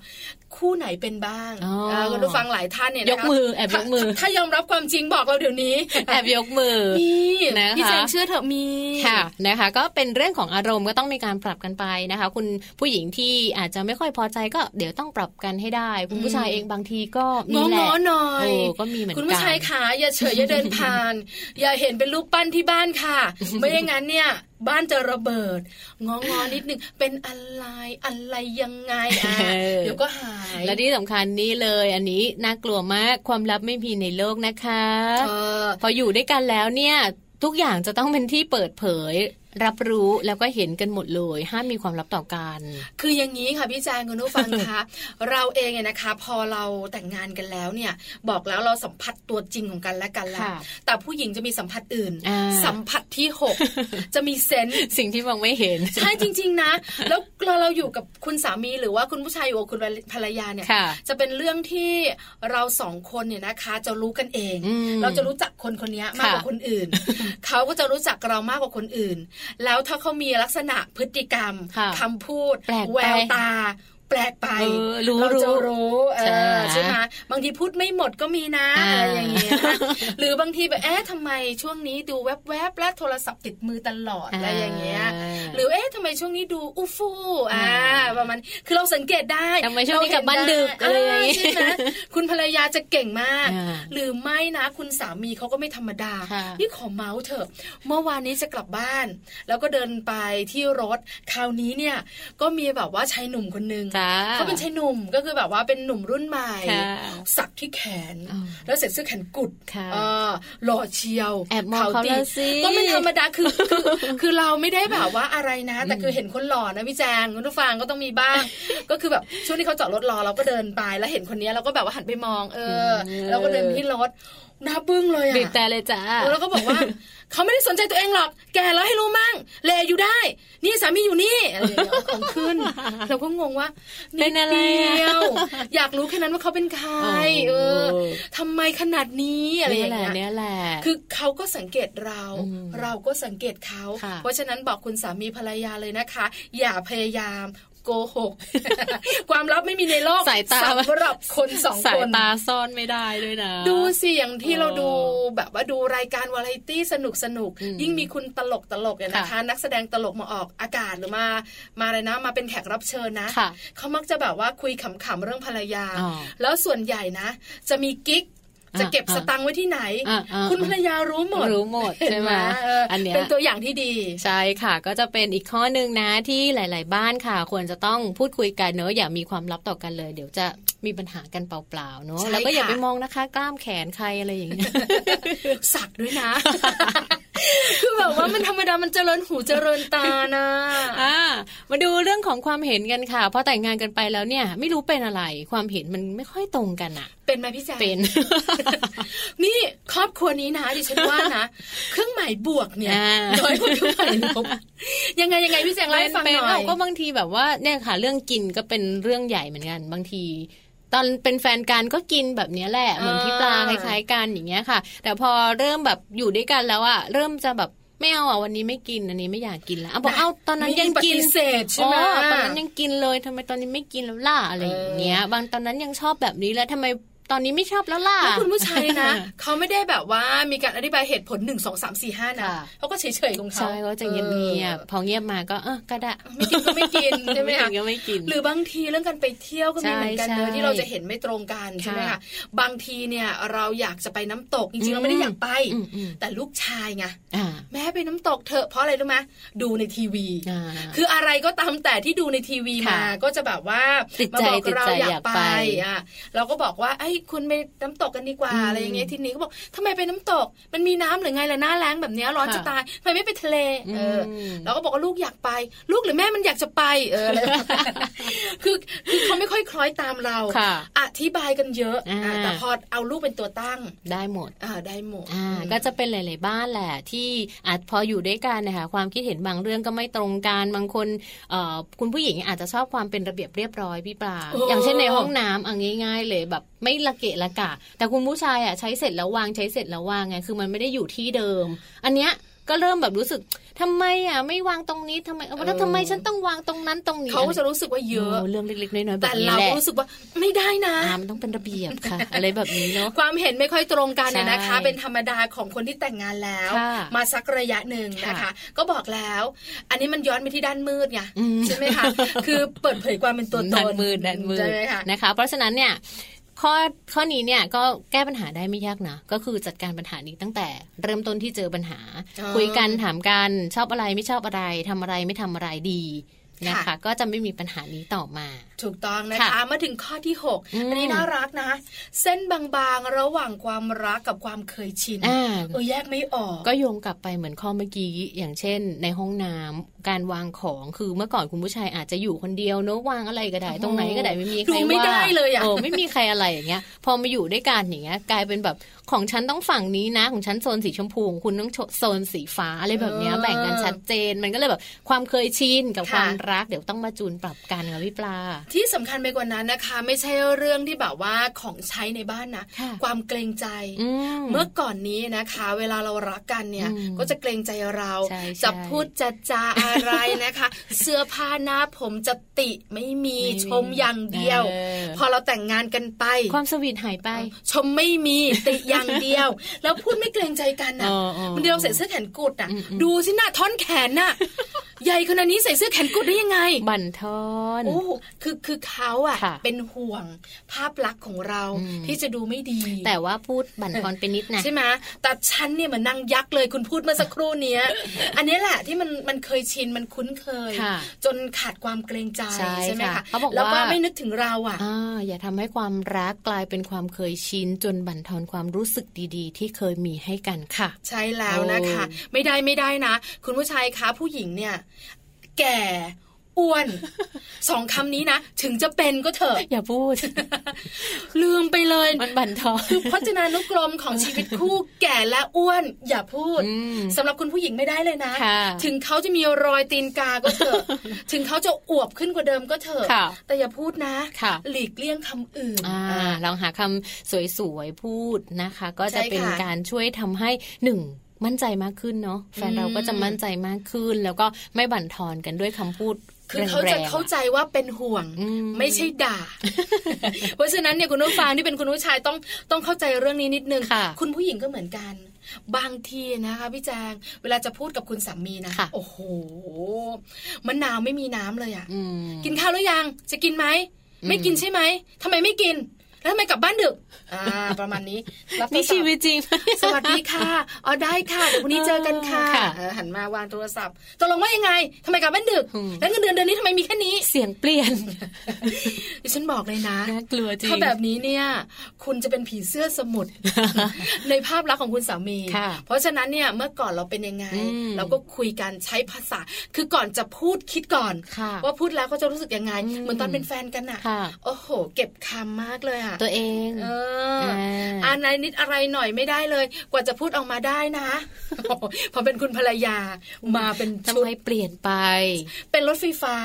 คู่ไหนเป็นบ้าง
อ๋ออ่
าคุณผู้ฟังหลายท่านเนี่ยนะคะ
ยกมือแอบยกมือ
ถ้าถ้ายอมรับความจริงบอกเราเดี๋ยวนี้
แอบยกมือ
มี
นะคะ
พี่เจนเชื่อเถอะมี
ค่ะนะคะก็เป็นเรื่องของอารมณ์ก็ต้องมีการปรับกันไปนะคะ คุณผู้หญิงที่อาจจะไม่ค่อยพอใจก็เดี๋ยวต้องปรับกันให้ได้ คุณผู้ชายเองบางทีก็มี
ง้อ
แหละ
งหน่อย
เออก็มีเหมือนกัน
คุณผู้ชายขาอย่าเฉยอย่าเดินผ่าน อย่าเห็นเป็นรูปปั้นที่บ้าน ค่ะ ไม่อย่างนั้นเนี่ย บ้านจะระเบิดงองอนิดนึงเป็นอะไรอะไรยังไงอ่ะ
เออ
เดี๋ยวก็หาย
และที่สำคัญนี่เลยอันนี้น่ากลัวมากความลับไม่มีในโลกนะคะ
เออ
พออยู่ด้วยกันแล้วเนี่ยทุกอย่างจะต้องเป็นที่เปิดเผย รับรู้แล้วก็เห็นกันหมดเลยห้ามมีความลับต่อกัน
คืออย่างนี้ค่ะพี่แจงคุณผู้ฟังคะ เราเองเนี่ยนะคะ พอเราแต่งงานกันแล้วเนี่ย บอกแล้วเราสัมผัสตัวจริงของกันและกันแล้ว
ค่ะ
แต่ผู้หญิงจะมีสัมผัสอื่น
อ่า
สัมผัสที่ห ก จะมีเซนส์
สิ่งที่มองไม่เห็น
ใช่จริง ๆ นะ แล้วเราเราอยู่กับคุณสามีหรือว่าคุณผู้ชายอยู่กับคุณภรรยาเนี่ย
ค่ะ
จะเป็นเรื่องที่เราสองคนเนี่ยนะคะ จะรู้กันเอง
อืม
เราจะรู้จักคนคนนี้มากกว่า
ค่ะ
คนอื่น เขาก็จะรู้จักเรามากกว่าคนอื่น แล้วถ้าเขามีลักษณะพฤติกรรม
ค่ะ
คำพูด
แปลกไป
แววตา แปลกไป
เออรู้
เราจะรู้เอ
ใช่
อใช่ไหมบางทีพูดไม่หมดก็มีนะ
อ่า
อะไรอย่างเงี้ยนะ หรือบางทีแบบเอ๊ะทำไมช่วงนี้ดูแวบๆและโทรศัพท์ติดมือตลอดอะไรอย่างเงี้ย
อ่า
หรือเอ๊ะทำไมช่วงนี้ดูอู้ฟู่อ่าประมาณคือเราสังเกตได้
ทำไมช่วงนี้กลับบ้านดึกอะไรอย่างงี้
เใช่ไหมคุณภรรยาจะเก่งมาก
อ่า
หรือไม่นะคุณสามีเขาก็ไม่ธรรมดา
ค่ะ
นี่ขอเมาส์เถอะ เมื่อวานนี้จะกลับบ้าน แล้วก็เดินไปที่รถ คราวนี้เนี่ย ก็มีแบบว่าชายหนุ่มคนนึง
จ้า
เขาเป็นชายหนุ่มก็คือแบบว่าเป็นหนุ่มรุ่นใหม่
ค่ะ
สักที่แขน
อ๋อ
แล้วเสร็จเสื้อแขนกุด
ค่ะ
เออหล่อเชียว
แอบมองเขา
ตี
แล้วสิ
ก็ไม่ธรรมดาคือคือคือเราไม่ได้แบบว่าอะไรนะ แต่คือเห็นคนหล่อนะพี่แจงคุณผู้ฟังก็ต้องมีบ้าง ก็คือแบบช่วงที่เขาจอดรถรอเราก็เดินไป แล้วเห็นคนนี้เราก็แบบว่าหันไปมอง เออเราก็เดินไปที่รถหน้าบึ้งเลย
บีบ
อะ
แต่เลยจ้า
เออแล้วก็บอกว่า เขาไม่ได้สนใจตัวเองหรอก แกแล้วให้รู้มั่งแลอยู่ได้ นี่สามีอยู่นี่อะไรอย่างเงี้ยเอาของขึ้น เราก็งงว่า
เป็นอะไร
ด
อะ
เดียวอยากรู้แค่นั้นว่าเขาเป็นใคร
โอ้
เออทำไมขนาดนี้อะไรอย่างเงี้ย
เนี่ยแหละ
คือเขาก็สังเกตเรา
อืม
เราก็สังเกตเขา
ค่ะ
เพราะฉะนั้นบอกคุณสามีภรรยาเลยนะคะ อย่าพยายามโกหก ความลับไม่มีในโลก
สายตา
สำหรับคนสอง
สา
ค
ย
น
ตาซ่อนไม่ได้ด้วยนะ
ดูสิอย่างที่
เออ
เราดูแบบว่าดูรายการวาไรตี้สนุกสนุก
อืม
ยิ่งมีคุณตลกตลกเนี่ยนะคะ
ค่ะ
นักแสดงตลกมาออกอากาศหรือมามาอะไรนะมาเป็นแขกรับเชิญนะ
ค่ะ
เขามักจะแบบว่าคุยขำๆเรื่องภรรยา
อ๋อ
แล้วส่วนใหญ่นะ จะมีกิ๊ก
อ่า
จะเก็บสตังค์ไว้ที่ไหน
อ่าอ่า
คุณภรรยารู้หมด
รู้หมดใช่ไหม
เนเอออน
เนี้ย
เป็นตัวอย่างที่ดี
ใช่ค่ะ ก็จะเป็นอีกข้อหนึ่งนะที่หลาย ๆ บ้านค่ะ ควรจะต้องพูดคุยกันเนอะอย่ามีความลับต่อกันเลย เดี๋ยวจะมีปัญหากันเปล่า ๆ เนอะ
ใช่
แล้วก็อย่า
ค่ะ
ไปมองนะคะ กล้ามแขนใครอะไรอย่างเงี้ย
สักด้วยนะ คือแบบว่ามันธรรมดามันเจริญหูเจริญตานะ
อ่ามาดูเรื่องของความเห็นกันค่ะพอแต่งงานกันไปแล้วเนี่ย ไม่รู้เป็นอะไร ความเห็นมันไม่ค่อยตรงกันอะ
เป็นไหมพี่แจ๊ค
เป็น
นี่ครอบครัวนี้นะดิฉันว่านะ เครื่องหมายบวกเนี่ย
อ่า
น้อยกว่าเครื่องหมายลบยังไงยังไงพี่แจงเล่าให้ฟัง
เป็น
หน่ อ
เอา
ย
ก็บางทีแบบว่าเนี่ยค่ะ เรื่องกินก็เป็นเรื่องใหญ่เหมือนกัน บางที ตอนเป็นแฟนกันก็กินแบบเนี้ยแหละเหมือนที่ปลาค
อ่า
ล้ายๆกันอย่างเงี้ยค่ะ แต่พอเริ่มแบบอยู่ด้วยกันแล้วอะเริ่มจะแบบไม่เอาอะวันนี้ไม่กินอันนี้ไม่อยากกินแล้วอ่ะบอกเอาตอนนั้นยังกิน
มีปฏิเสธใช่ไหม
อ๋อตอนนั้นยังกินเลยทำไมตอนนี้ไม่กินแล้วล่ะอะไรอย่างเงี้ย บางตอนนั้นยังชอบแบบนี้แล้วทำไมตอนนี้ไม่ชอบแล้วล่ะ
แล้วคุณผู้ชายนะ เขาไม่ได้แบบว่ามีการอธิบายเหตุผลหนึ่งสองสามสี่ห้านะ
ค่ะ
เขาก็เฉยๆของ เขา
ใช่ก็จะเงียบเงียบๆพอเงียบมาก็เออก็ได้
เออไม่กินก็ไม่กินใช่ไหม
ไม่กิ
คะ
นก็ไม่กิน
หรือบางทีเรื่องการไปเที่ยวก็มี
ใช่
เหมือนกัน
ใช่
เนอะที่เราจะเห็นไม่ตรงกันใช่ไหมคะ
ค่ะ
บางทีเนี่ยเราอยากจะไปน้ำตกจริงๆเราไม่ได้อยากไป
อืมอืม
แต่ลูกชายไง
อ่า
แม่ไปน้ำตกเถอะเพราะอะไรรู้ไหมดูในทีวี
อ่า
คืออะไรก็ตามแต่ที่ดูในทีวีมา
ค่ะ
ก็จะแบบว่า
ติด
มา
ใจ
บอก
ติด
เรา
ใจ
อยา
อยาก ก
ไป
ไป
อ่ะเราก็บอกว่าไอ้ย ยคุณไปน้ำตกกันดีกว่าอะไรอย่างเงี้ยทีนี้ก็บอกทำไมไปน้ำตก มันมีน้ำหรือไงล่ะหน้าแรงแบบเนี้ยร้อน
ค่ะ
จะตายทำไมไม่ไปทะเลเอออ
ม
เราก็บอกว่าลูกอยากไป ลูกหรือแม่มันอยากจะไปเอ ออะไร คือคือเขาไม่ค่อยคล้อยตามเรา
ค่ะ
อธิบายกันเยอะ
อ่า
อ่าแต่พอเอาลูกเป็นตัวตั้ง
ได้หมด
อ่าได้หมด
อ่า
อืม
ก็จะเป็นหลาย ๆ บ้านแหละที่อาจพออยู่ด้วยกันนะคะความคิดเห็นบางเรื่องก็ไม่ตรงกันบางคนเอ่อคุณผู้หญิงอาจจะชอบความเป็นระเบียบเรียบร้อยพี่ปลา
โอ้
อย่างเช่นในห้องน้ำเอาง่าย ๆ เลยแบบไม่ละเกะละกะ แต่คุณผู้ชายอ่ะใช้เสร็จแล้ววางใช้เสร็จแล้ววางไงคือมันไม่ได้อยู่ที่เดิม อันเนี้ยก็เริ่มแบบรู้สึกทำไมอ่ะไม่วางตรงนี้ทำไมเออแล้วทำไมฉันต้องวางตรงนั้นตรงนี้
เขาก็จะรู้สึกว่าเยอะ
โเรื่องเล็ก ๆ น้อย ๆ แบ
แต่
บนี้
เรา
แหละ
ก็รู้สึกว่าไม่ได้นะ
อ่ามันต้องเป็นระเบียบค่ะ อะไรแบบนี้เนาะ
ความเห็นไม่ค่อยตรงกันเนี่ย
ใช่
นะคะ เป็นธรรมดาของคนที่แต่งงานแล้ว
ค่ะ
มาสักระยะหนึ่งนะคะ
ค่ะ
ก็บอกแล้ว อันนี้มันย้อนไปที่ด้านมืดไง
อืม
ใช่ไหมคะคือเปิดเผยความเป็นตัวต
ด้าน
น
มืดด้านมืด
ใช่ไหมคะ
นะคะ เพราะฉะนั้นเนี่ยข้อข้อนี้เนี่ยก็แก้ปัญหาได้ไม่ยากนะก็คือจัดการปัญหานี้ตั้งแต่เริ่มต้นที่เจอปัญหา
อ๋อ
คุยกันถามกันชอบอะไรไม่ชอบอะไรทำอะไรไม่ทำอะไรดีนะ
ค่ะ
คะ ก็จะไม่มีปัญหานี้ต่อมา
ถูกต้องนะ
ค่ะ
คะ มาถึงข้อที่6
อืม
อันนี้น่ารักนะ เส้นบางๆระหว่างความรักกับความเคยชิน
อ่า
เออแยกไม่ออก
ก็โยงกลับไปเหมือนข้อเมื่อกี้ อย่างเช่น ในห้องน้ำการวางของคือเมื่อก่อนคุณผู้ชายอาจจะอยู่คนเดียวเนอะวางอะไรก็ได้ ตรงไหนก็ได้ไม่มีใคร
ดูไม่
ว่า
ได้เลยอะ
โอ้ไม่มีใครอะไรอย่างเงี้ย พอมาอยู่ด้วยกันอย่างเงี้ย กลายเป็นแบบของฉันต้องฝั่งนี้นะ ของฉันโซนสีชมพูของคุณต้องโซนสีฟ้าอะไรแบบเนี้ยแบ่งกันชัดเจน มันก็เลยแบบความเคยชินกับความรักเดี๋ยวต้องมาจูนปรับกันค่ะพี่ปลา
ที่สำคัญไปกว่านั้นนะคะ ไม่ใช่เรื่องที่แบบว่าของใช้ในบ้านนะ
ค่ะ
ความเกรงใจ
อืม
เมื่อก่อนนี้นะคะ เวลาเรารักกันเนี่ย
อืม
ก็จะเกรงใจเรา
ใช่ใช่
จะพูดจะจาอะไรนะคะ เสื้อผ้าหน้าผมจะติไม่มี
ไม่มี
ชมอย่างเดียว
เออ
พอเราแต่งงานกันไป
ความสวีทหายไป
ชมไม่มีติอย่างเดียว แล้วพูดไม่เกรงใจกันนะ
เออเออ
มันเดียวใส่เสื้อแขนกุดอ่ะ
อืมอืม
ดูสิหน้าท่อนแขน น่ะ ใหญ่ขนาดนี้ใส่เสื้อแขนกุดได้ยังไง
บั่นทอน
โอ้คือคือเขาอ่ะ
ค่ะ
เป็นห่วงภาพลักษณ์ของเรา
อืม
ที่จะดูไม่ดี
แต่ว่าพูดบั่นทอนไปนิดนะ
ใช่ไหมแต่ฉันเนี่ยเหมันนางยักษ์เลยคุณพูดเมื่อสักครู่เนี้ย อันนี้แหละที่มันมันเคยชินมันคุ้นเคย
ค่ะ
จนขาดความเกรงใจ
ใช่
ไหม
ค่ะ
คะ
เขาบอก
แล้วก็
ว่า
ไม่นึกถึงเราอ่ะ
อ่าอย่าทำให้ความรักกลายเป็นความเคยชินจนบั่นทอนความรู้สึกดีๆ ที่เคยมีให้กันค่ะ
ใช่แล้วนะคะ
โอ้
ไม่ได้ไม่ได้นะ คุณผู้ชายคะผู้หญิงเนี่ย แก่อ้ วน สองคำนี้นะถึงจะเป็นก็เถอะ
อย่าพู ด
ลืมไปเลย
มันบั่นทอน
คือพจนานุกรมของชีวิตคู่ แก่และอ้วนอย่าพูด
อืม
สำหรับคุณผู้หญิงไม่ได้เลยนะ
ค่ะ
ถึงเขาจะมีรอยตีนกาก็เถ อะ ถึงเขาจะอวบขึ้นกว่าเดิมก็เถอะ
ค่ะ
แต่อย่าพูดนะ
ค่ะ
หลีกเลี่ยงคำอื่น
อ่า
อ่า
ลองหาคำสวยๆ พูดนะคะ ก็จะ
ใช่ค่ะ
เป็นการช่วยทำให้หนึ่งมั่นใจมากขึ้นเนาะแฟนเราก็จะ
อืม
มั่นใจมากขึ้น แล้วก็ไม่บั่นทอนกันด้วยคำพูด
คือเขาจะ
แรงๆ
เข้า
อะ
ใจว่าเป็นห่วง
อืม
ไม่ใช่ ด่า เพราะฉะนั้นเนี่ยคุณผู้ฟังที่เป็นคุณผู้ชายต้องต้องเข้าใจเรื่องนี้นิดนึง
ค่ะ
ณผู้หญิงก็เหมือนกัน บางทีนะคะพี่แจงเวลาจะพูดกับคุณสามีนะ
ค่ะ
โอ้โหมะนาวไม่มีน้ำเลยอะ
อืม
กินข้าวหรือยังจะกินไหม
อืม
ไม่กินใช่ไหมทำไมไม่กิน แล้วทำไมกลับบ้านดึกอ่า ประมาณนี้รับโทรศัพ
นี่
ท์
ชีวิ ตจริง
สวัสดีค่ะ อ๋อได้ค่ะเดี๋ยววันนี้เจอกันค่ะ
ค่ะ
เออหันมาวางโทรศัพท์ตกลงว่ายังไงทำไมกลับบ้านดึก
อืม
แล้วเงินเดือนเดือนนี้ทำไมมีแค่นี้
เสียงเปลี่ยน
ดิฉันบอกเลยนะ
น่ากลัวจริง
ถ้าแบบนี้เนี่ย คุณจะเป็นผีเสื้อสมุ ทร ในภาพลักษณ์ของคุณสามี
ค่ะ
เพราะฉะนั้นเนี่ยเมื่อก่อนเราเป็นยังไง
อืม
เราก็คุยกันใช้ภาษา คือก่อนจะพูดคิดก่อน
ค่ะ
ว่าพูดแล้วเขาจะรู้สึกยังไง
อืม
เหมือนตอนเป็นแฟนกันอะ
ค่ะ
โอ้โห เก็บคำมากเลยอะ
ตัวเอง
เออ
า
อะไรนิดอะไรหน่อยไม่ได้เลย กว่าจะพูดออกมาได้นะ พอเป็นคุณภรรยามาเป็น
ทำ
ชุด
ไมเปลี่ยนไป
เป็นรถไฟ ฟ้า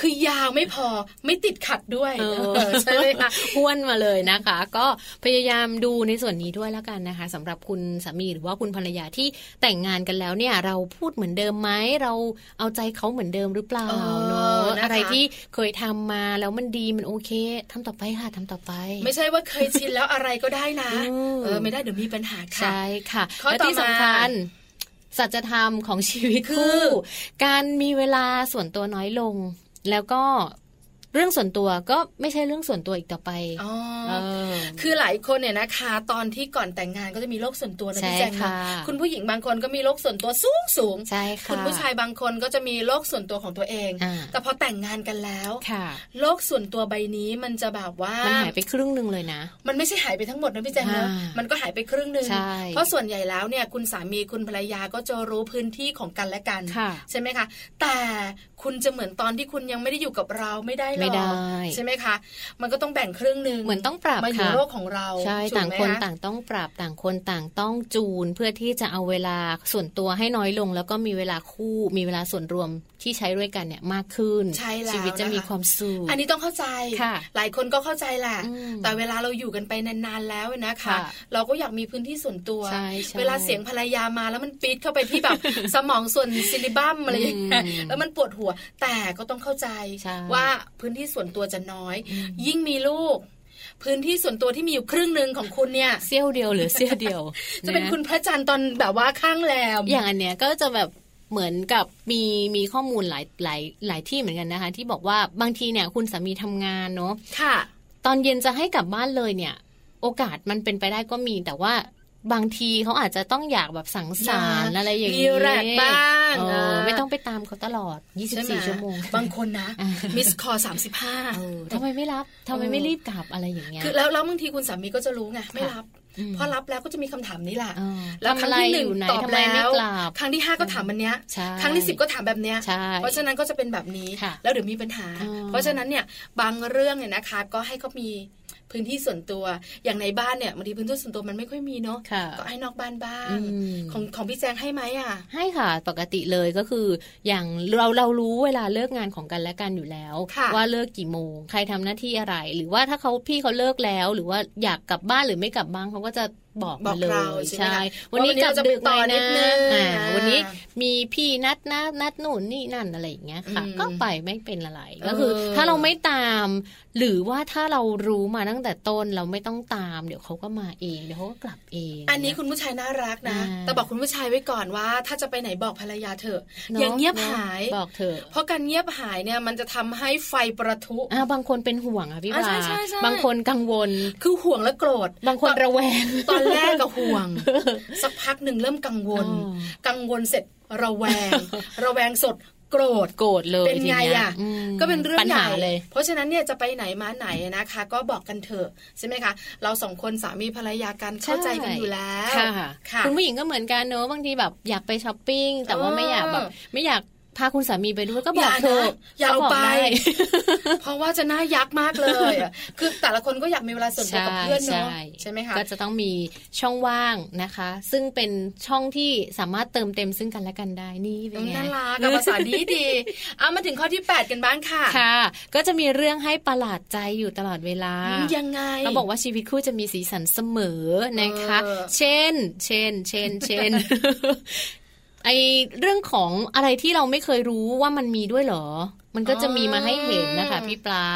คือยาวไม่พอไม่ติดขัดด้วย
เออ
เออใช่ไหมคะ
อ้วนมาเลยนะคะ ก็พยายามดูในส่วนนี้ด้วยแล้วกันนะคะสำหรับคุณสามีหรือว่าคุณภรรยาที่แต่งงานกันแล้วเนี่ย เราพูดเหมือนเดิมไหมเราเอาใจเขาเหมือนเดิมหรือเปล่า
เออ
เนอะ
นะคะ
อะไรที่เคยทำมาแล้วมันดีมันโอเคทำต่อไปค่ะทำต่อไป
ไม่ใช่ว่าเคยชินแล้วอะไรก็ได้นะ
อืม
เออไม่ได้เดี๋ยวมีปัญหาค่ะ
ใช่ค่ะ
ข้อ
และ
ต่อมา
ที่สำคัญสัจธรรมของชีวิต
คื
คู่
อ
การมีเวลาส่วนตัวน้อยลง แล้วก็ เรื่องส่วนตัวก็ไม่ใช่เรื่องส่วนตัวอีกต่อไป
อ๋อ
เออ
คือหลายคนเนี่ยนะคะ ตอนที่ก่อนแต่งงานก็จะมีโรคส่วนตัวนะ
ใช่
พี่แจง
ค่ะ
นะคุณผู้หญิงบางคนก็มีโรคส่วนตัวสูงสูง
ใช่ค่ะ
คุณผู้ชายบางคนก็จะมีโรคส่วนตัวของตัวเอง
อ่า
แต่พอแต่งงานกันแล้ว
ค่ะ
โรคส่วนตัวใบนี้มันจะแบบว่าม
มันหายไปครึ่งหนึ่งเลยนะ
มันไม่ใช่หายไปทั้งหมดนะพี่แจงนะ
อ่ามั
มันก็หายไปครึ่งหนึ่ง
ใช่
เพราะส่วนใหญ่แล้วเนี่ยคุณสามีคุณภรรยาก็จะรู้พื้นที่ของกันและกัน
ค่ะ
ใช่ไหมคะ แต่คุณจะเหมือนตอนที่คุณยังไม่ได้อยู่กับเราไม่ได้หร
ไม่
อก
ได้
ใช่ไหมคะ มันก็ต้องแบ่งครึ่งหนึ่ง
เหมือนต้องปรับ
มาอยู่
ค่ะ
โลกของเรา
ใช่
ถูก
ต่าง
ไหม
คน
คะ
ต่างต้องปรับต่างคนต่างต้องจูนเพื่อที่จะเอาเวลาส่วนตัวให้น้อยลง แล้วก็มีเวลาคู่มีเวลาส่วนรวมที่ใช้ด้วยกันเนี่ยมากขึ้น
ใช่แล้ว
ชีวิตจะมีความสุข
อันนี้ต้องเข้าใจ
ค่ะ
หลายคนก็เข้าใจแหละ
อืม
แต่เวลาเราอยู่กันไปนานๆแล้วนะคะ
ค่ะ
เราก็อยากมีพื้นที่ส่วนตัว
ใช่ใช่
เวลาเสียงภรรยามาแล้วมันปี๊ดเข้าไปที่แบบ สมองส่วนซิลิบัมอะไรอย่างเงี้ย
อืม
แล้วมันปวดหัว แต่ก็ต้องเข้าใจ
ใช่
ว่าพื้นที่ส่วนตัวจะน้อย ยิ่งมีลูก พื้นที่ส่วนตัวที่มีอยู่ครึ่งหนึ่งของคุณเนี่ย
เซี่ยวเดียวหรือเซี่ยวเดียว
จะเป็น
น
คุณพระจันทร์ตอนแบบว่าข้างแรม
อย่างอันเนี้ยก็จะแบบเหมือนกับมีมีข้อมูลหลายหลายหลายที่เหมือนกันนะคะ ที่บอกว่าบางทีเนี่ยคุณสามีทำงานเนาะ
ค่ะ
ตอนเย็นจะให้กลับบ้านเลยเนี่ย โอกาสมันเป็นไปได้ก็มี แต่ว่าบางทีเขาอาจจะต้องอยากแบบสังสรรค์
อยาก
อะไรอย่าง
มีแรกบ้าง
เออ
นะ
ไม่ต้องไปตามเขาตลอด 24 ชั่วโมง
บางคนนะ
อ่า
มิสคอสามสิบห้า
เออทำไมไม่รับทำไมไม่รีบกลับอะไรอย่างเงี้ย
คือแล้วแล้วบางทีคุณสามีก็จะรู้ไงไม่รับ
อืม
พอรับแล้วก็จะมีคำถามนี้แหละ
เออ
แล้วครั้ง
ทำอะไร
ที่หนึ่ง
อยู่ไหน
ตอบ
ทำไม
แล้
ไม่
ว
กลับ
ครั้งที่ห้าก็ถามมันเนี้ย
ใช่
ครั้งที่สิบก็ถามแบบเนี้ย
ใช่
เพราะฉะนั้นก็จะเป็นแบบนี้
ค่ะ
แล้วเดี๋ยวมีปัญหา
อ๋อ
เพราะฉะนั้นเนี่ยบางเรื่องเนี่ยนะคะ ก็ให้เขามีพื้นที่ส่วนตัวอย่างในบ้านเนี่ยบางทีพื้นที่ส่วนตัวมันไม่ค่อยมีเนาะ
ค่ะ
ก็ให้นอกบ้านบ้าง
อืม
ของของพี่แจงให้ไหมอ่ะ
ให้ค่ะปกติเลยก็คือ อย่างเราเรารู้เวลาเลิกงานของกันและกันอยู่แล้ว
ค่ะ
ว่าเลิกกี่โมง ใครทำหน้าที่อะไร หรือว่าถ้าเขาพี่เขาเลิกแล้ว หรือว่าอยากกลับบ้านหรือไม่กลับบ้านเขาก็จะบอก
บอ
มาก เล
เรา
ย
ใช่ไหมคะ
วันนี้กลับดึกหน่อยนะอ่าวันนี้
อ่า
มีพี่นัดนะนัดนู่นนี่นั่นอะไรอย่างเงี้ยค่ะ
อืม
ก็ไปไม่เป็นอะไร
เออ
ก็คือ ถ้าเราไม่ตาม หรือว่าถ้าเรารู้มาตั้งแต่ต้นเราไม่ต้องตาม เดี๋ยวเขาก็มาเองเดี๋ยวเขาก็กลับเอง
อันนี้คุณผู้ชายน่ารักนะ
อ่า
แต่บอกคุณผู้ชายไว้ก่อนว่า ถ้าจะไปไหนบอกภรรยาเถอะ
นะ
อย่างเงียบหาย
บอกเถอะ
เพราะการเงียบหายเนี่ยมันจะทำให้ไฟประทุ
อ่าบางคนเป็นห่วงอ่ะพี่
อ่า
ปลา
ใช่ใช่ใช่
บางคนกังวล
คือห่วงและโกรธ
บางคน
ตอ
ระแวง
ตอนแรกก็ห่ วง สักพักหนึ่งเริ่มกังวล
อ๋อ
กังวลเสร็จระแวง ระแวงสดโกรธ
โกรธเลย
เป็นไง
ทีย
อ่ะ
ม
ก็เป็นเรื่อง
ปัญ
ให
หา
ญ่
เลย
เพราะฉะนั้นเนี่ยจะไปไหนมาไหนนะคะ ก็บอกกันเถอะใช่ไหมคะ เราสองคนสามีภรรยากันเข้าใจกันอยู่แล้ว
ค่ะ
ค่ะ
คุณผู้หญิงก็เหมือนกันเนอะบางทีแบบอยากไปช้อปปิ้ง แต่ว่า
เออ
ไม่อยากแบบ ไม่อยากพาคุณสามีไปด้วยก็บอกเธอะ
อย่านะอย่าเอา
ขบก
ไป
ด้
เพราะว่าจะน่ายักษ์มากเลยอะคือแต่ละคนก็อยากมีเวลา ส่วนตัวกับเพื่อนเนาะ
ใช่
ใช่ไหมคะ
ก็จะต้องมีช่องว่างนะคะ ซึ่งเป็นช่องที่สามารถเติมเต็มซึ่งกันและกันได้นี่เป็นไง
น่ารักอะภาษาดีดีๆ เอามาถึงข้อที่ 8 กันบ้างค่ะ
ค่ะ ก็จะมีเรื่องให้ประหลาดใจอยู่ตลอดเวลา
ยังไง
เขาบอกว่าชีวิตคู่จะมีสีสันเสมอนะคะ
เออ
เช่น เช่น เช่น เช่น ไอเรื่องของอะไรที่เราไม่เคยรู้ว่ามันมีด้วยเหรอ มันก็จะมีมาให้เห็นนะคะพี่ปลา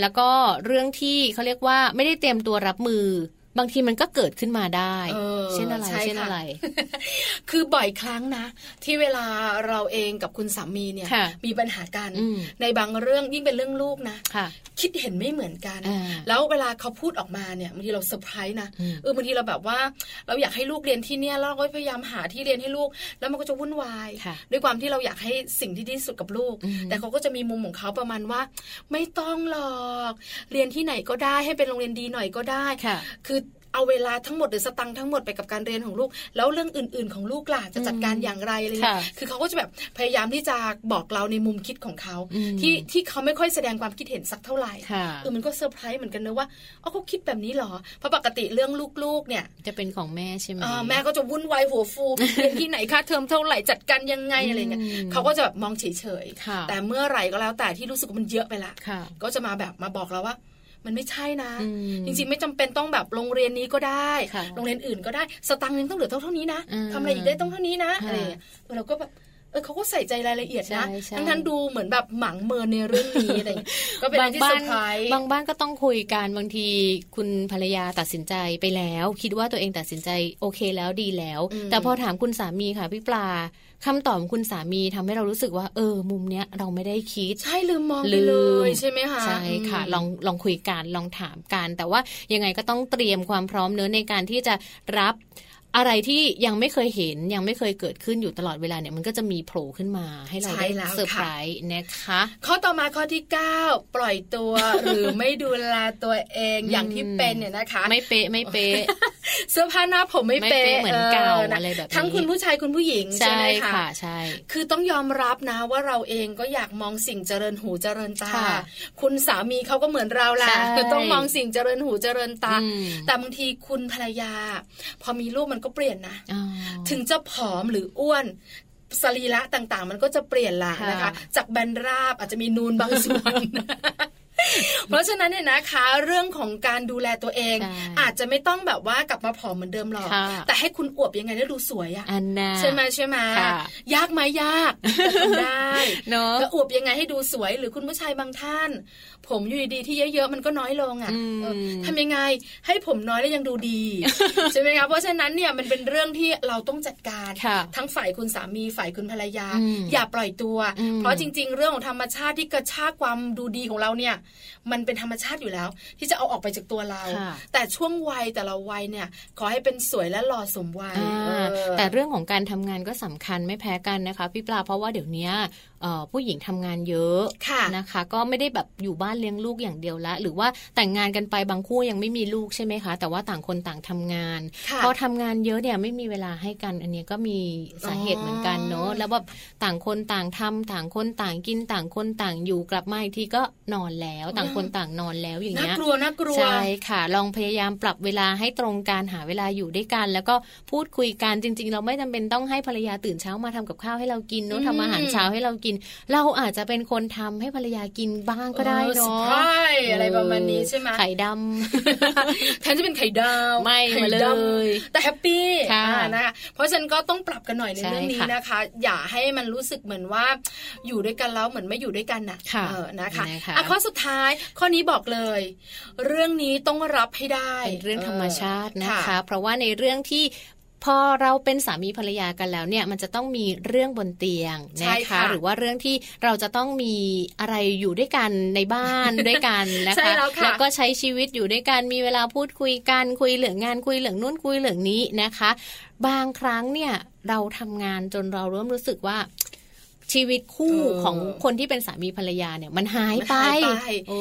แล้วก็เรื่องที่เขาเรียกว่าไม่ได้เตรียมตัวรับมือ บางทีมันก็เกิดขึ้นมาได้
เออ
เช่นอะไร
ใช่
เช่น
ค่ะ
อะไร
คือบ่อยครั้งนะ ที่เวลาเราเองกับคุณสามีเนี่ย
ค่ะ
มีปัญหากัน
อืม
ในบางเรื่องยิ่งเป็นเรื่องลูกนะ
ค่ะ
คิดเห็นไม่เหมือนกัน
อ่า
แล้วเวลาเขาพูดออกมาเนี่ยบางทีเราเซอร์ไพรส์นะ
อืม
เออบางทีเราแบบว่า เราอยากให้ลูกเรียนที่เนี่ยแล้วเราก็พยายามหาที่เรียนให้ลูก แล้วมันก็จะวุ่นวาย
ค่ะ
ด้วยความที่เราอยากให้สิ่งที่ดีที่สุดกับลูก
อืม
แต่เขาก็จะมีมุมของเขาประมาณว่า ไม่ต้องหรอกเรียนที่ไหนก็ได้ให้เป็นโรงเรียนดีหน่อยก็ได้
ค่ะ
คือเอาเวลาทั้งหมดหรือสตังค์ทั้งหมดไปกับการเรียนของลูก แล้วเรื่องอื่น ๆ ของลูกล่ะจะจัดการอย่างไรอะไรเงี้ย
ค่ะ
คือเขาก็จะแบบพยายามที่จะบอกเราในมุมคิดของเขา
อืม
ที่ที่เขาไม่ค่อยแสดงความคิดเห็นสักเท่าไหร่
ค่ะ
เออมันก็เซอร์ไพรส์เหมือนกันนะว่าเอ้าเขาคิดแบบนี้เหรอ เพราะปกติเรื่องลูกๆ เนี่ย
จะเป็นของแม่ใช่ไหม
เอ่อแม่ก็จะวุ่นวายหัวฟู เรียนที่ไหนค่าเทอมเท่าไหร่จัดการยังไงอะไรเงี้ย
อืม
เขาก็จะแบบมองเฉย
ค่ะ
ๆ แต่เมื่อไหร่ก็แล้วแต่ที่รู้สึกว่ามันเยอะไปละ
ค่ะ
ก็จะมาแบบมาบอกเราว่า มันไม่ใช่นะ
อืม
จริงๆไม่จำเป็นต้องแบบโรงเรียนนี้ก็ได้
ค่ะ
โรงเรียนอื่นก็ได้ สตังค์นึงต้องเหลือเท่าเท่านี้นะ
อืม
ทำอะไรอีกได้ต้องเท่านี้นะ
ค่ะ
อะไรอย่างเงี้ยเออเราก็แบบ เออเขาก็ใส่ใจรายละเอียดนะ
ใช่ใช่
ทั้งนั้นดูเหมือนแบบหมังเมินในเรื่องนี้อะไรอย่างเงี้ยก็เป็นอะไรที่เซอร์ไพรส์
บางบ้านก็ต้องคุยกันบางทีคุณภรรยาตัดสินใจไปแล้ว คิดว่าตัวเองตัดสินใจโอเคแล้วดีแล้ว
อืม
แต่พอถามคุณสามีค่ะพี่ปลาคำตอบของคุณสามีทำให้เรารู้สึกว่า เออ มุมเนี้ยเราไม่ได้คิด
ใช่ลืมมองไป
ลืม
เลยใช่ไหมคะ
ใช่ค่ะ
ม
ลองลองคุยกันลองถามกัน แต่ว่ายังไงก็ต้องเตรียมความพร้อมเนื้อะในการที่จะรับอะไรที่ยังไม่เคยเห็นยังไม่เคยเกิดขึ้นอยู่ตลอดเวลาเนี่ยมันก็จะมีโผล่ขึ้นมา ให้เราได้
ใช่แล้วค่ะ
เซอร์ไพรส์นะคะ
ข้อต่อมาข้อที่ 9 ปล่อยตัว หรือไม่ดูแลตัวเอง อย่างที่เป็นเนี่ยนะคะ
ไม่เป๊ะไม่เป๊ะ
เสื้อผ้าหน้าผมไม่
ไม่
เป๊ะ
เป๊ะเหมือนเก่า
นะ
อะไรแบบนี้
ทั้งคุณผู้ชายคุณผู้หญิงใช่
ใช่
ไหมคะ
ค่ะใช่
คือต้องยอมรับนะว่าเราเองก็อยากมองสิ่งเจริญหูเจริญตา
ค่ะ
คุณสามีเขาก็เหมือนเราแหละ
ใช่
ต้องมองสิ่งเจริญหูเจริญตา
อืม
แต่บางทีคุณภรรยา พอมีลูกมันก็เปลี่ยนนะ
อ๋อ
ถึงจะผอมหรืออ้วนสรีระต่างๆ มันก็จะเปลี่ยนละ
ค่ะ
นะคะ จากแบนราบอาจจะมีนูนบางส่วน เพราะฉะนั้นเนี่ยนะคะ เรื่องของการดูแลตัวเอง
ใช่
อาจจะไม่ต้องแบบว่ากลับมาผอมเหมือนเดิมหรอก
ค่ะ
แต่ให้คุณอวบยังไงได้ดูสวยอะ
อันน่ะ
ใช่ไหมใช่ไหม
ค่ะ
ยากไหมยากแต่ทำได้
เนาะ
จะอวบยังไงให้ดูสวยหรือคุณผู้ชายบางท่าน ผมอยู่ดีๆที่เยอะๆมันก็น้อยลง
อื
อะ่
ม
ะเออทำยังไงให้ผมน้อยแล้วยังดูดี ใช่ไหมคะเพราะฉะนั้นเนี่ยมันเป็นเรื่องที่เราต้องจัดการ
ค่ะ
ทั้งฝ่ายคุณสามีฝ่ายคุณภรรยา
อืม
อย่าปล่อยตัว
อืม
เพราะจริง ๆ เรื่องของธรรมชาติที่กระชากความดูดีของเราเนี่ย มันเป็นธรรมชาติอยู่แล้ว ที่จะเอาออกไปจากตัวเรา
ค่ะ
แต่ช่วงวัยแต่ละวัยเนี่ย ขอให้เป็นสวยและหล่อสมวัย
อ่า
เออ
แต่เรื่องของการทำงานก็สำคัญไม่แพ้กันนะคะพี่ปลาเพราะว่าเดี๋ยวเนี้ยเอ่อผู้หญิงทำงานเยอะ
ค่ะ
นะคะ ก็ไม่ได้แบบอยู่บ้านเลี้ยงลูกอย่างเดียวละ หรือว่าแต่งงานกันไปบางคู่ยังไม่มีลูกใช่ไหมคะ แต่ว่าต่างคนต่างทำงาน
ค่ะ
พอทำงานเยอะเนี่ยไม่มีเวลาให้กัน อันเนี้ยก็มีสาเหตุเหมือนกันเนอะ
อ๋อ
แล้วแบบต่างคนต่างทำต่างคนต่างกินต่างคนต่างอยู่กลับมาอีกทีก็นอนแล้ว ต่างคนต่างนอนแล้วอย่าง
น่า
เงี้ย
กลัวน่ากลัว
ใช่ค่ะ ลองพยายามปรับเวลาให้ตรงการหาเวลาอยู่ด้วยกัน แล้วก็พูดคุยกันจริง ๆ เราไม่จำเป็นต้องให้ภรรยาตื่นเช้ามาทำกับข้าวให้เรากินเนอะ
อืม
ทำอาหารเช้าให้เรากิน เราอาจจะเป็นคนทำให้ภรรยากินบ้างก็ได้เนาะ
ใช่อะไรประมาณนี้ใช่ไหม
ไข่ดำ
แทนจะเป็นไข่ดาว
ไม่
ไข่
มาเล
ด
ย
ำแต่แฮปปี้
ค่ะ
อ่านะคะเพราะฉะนันก็ต้องปรับกันหน่อยใน
ใช่
เรื่องนี้
ค่ะ
นะคะ อย่าให้มันรู้สึกเหมือนว่าอยู่ด้วยกันแล้วเหมือนไม่อยู่ด้วยกันน่ะ
ค่ะ
เออนะคะ
นะคะ
อ่ะข้อสุดท้ายข้อนี้บอกเลย เรื่องนี้ต้องรับให้ได้
เป็นเรื่องธรรมชาตินะคะ
ค่ะ
เพราะว่าในเรื่องที่พอเราเป็นสามีภรรยากันแล้วเนี่ยมันจะต้องมีเรื่องบนเตียง
ใช่
นะ
ค่ะ
คะ หรือว่าเรื่องที่เราจะต้องมีอะไรอยู่ด้วยกันในบ้าน ด้วยกันนะคะ
ใช่แล้วค่ะ
ก็ใช้ชีวิตอยู่ด้วยกันมีเวลาพูดคุยกันคุยเหลืองงานคุยเหลืองนู่นคุยเหลืองนี้นะคะ บางครั้งเนี่ยเราทำงานจนเราเริ่มรู้สึกว่า ชีวิตคู่
เออ
ของคนที่เป็นสามีภรรยาเนี่ยมันหาย
มัน
ไป
หายไป
โอ้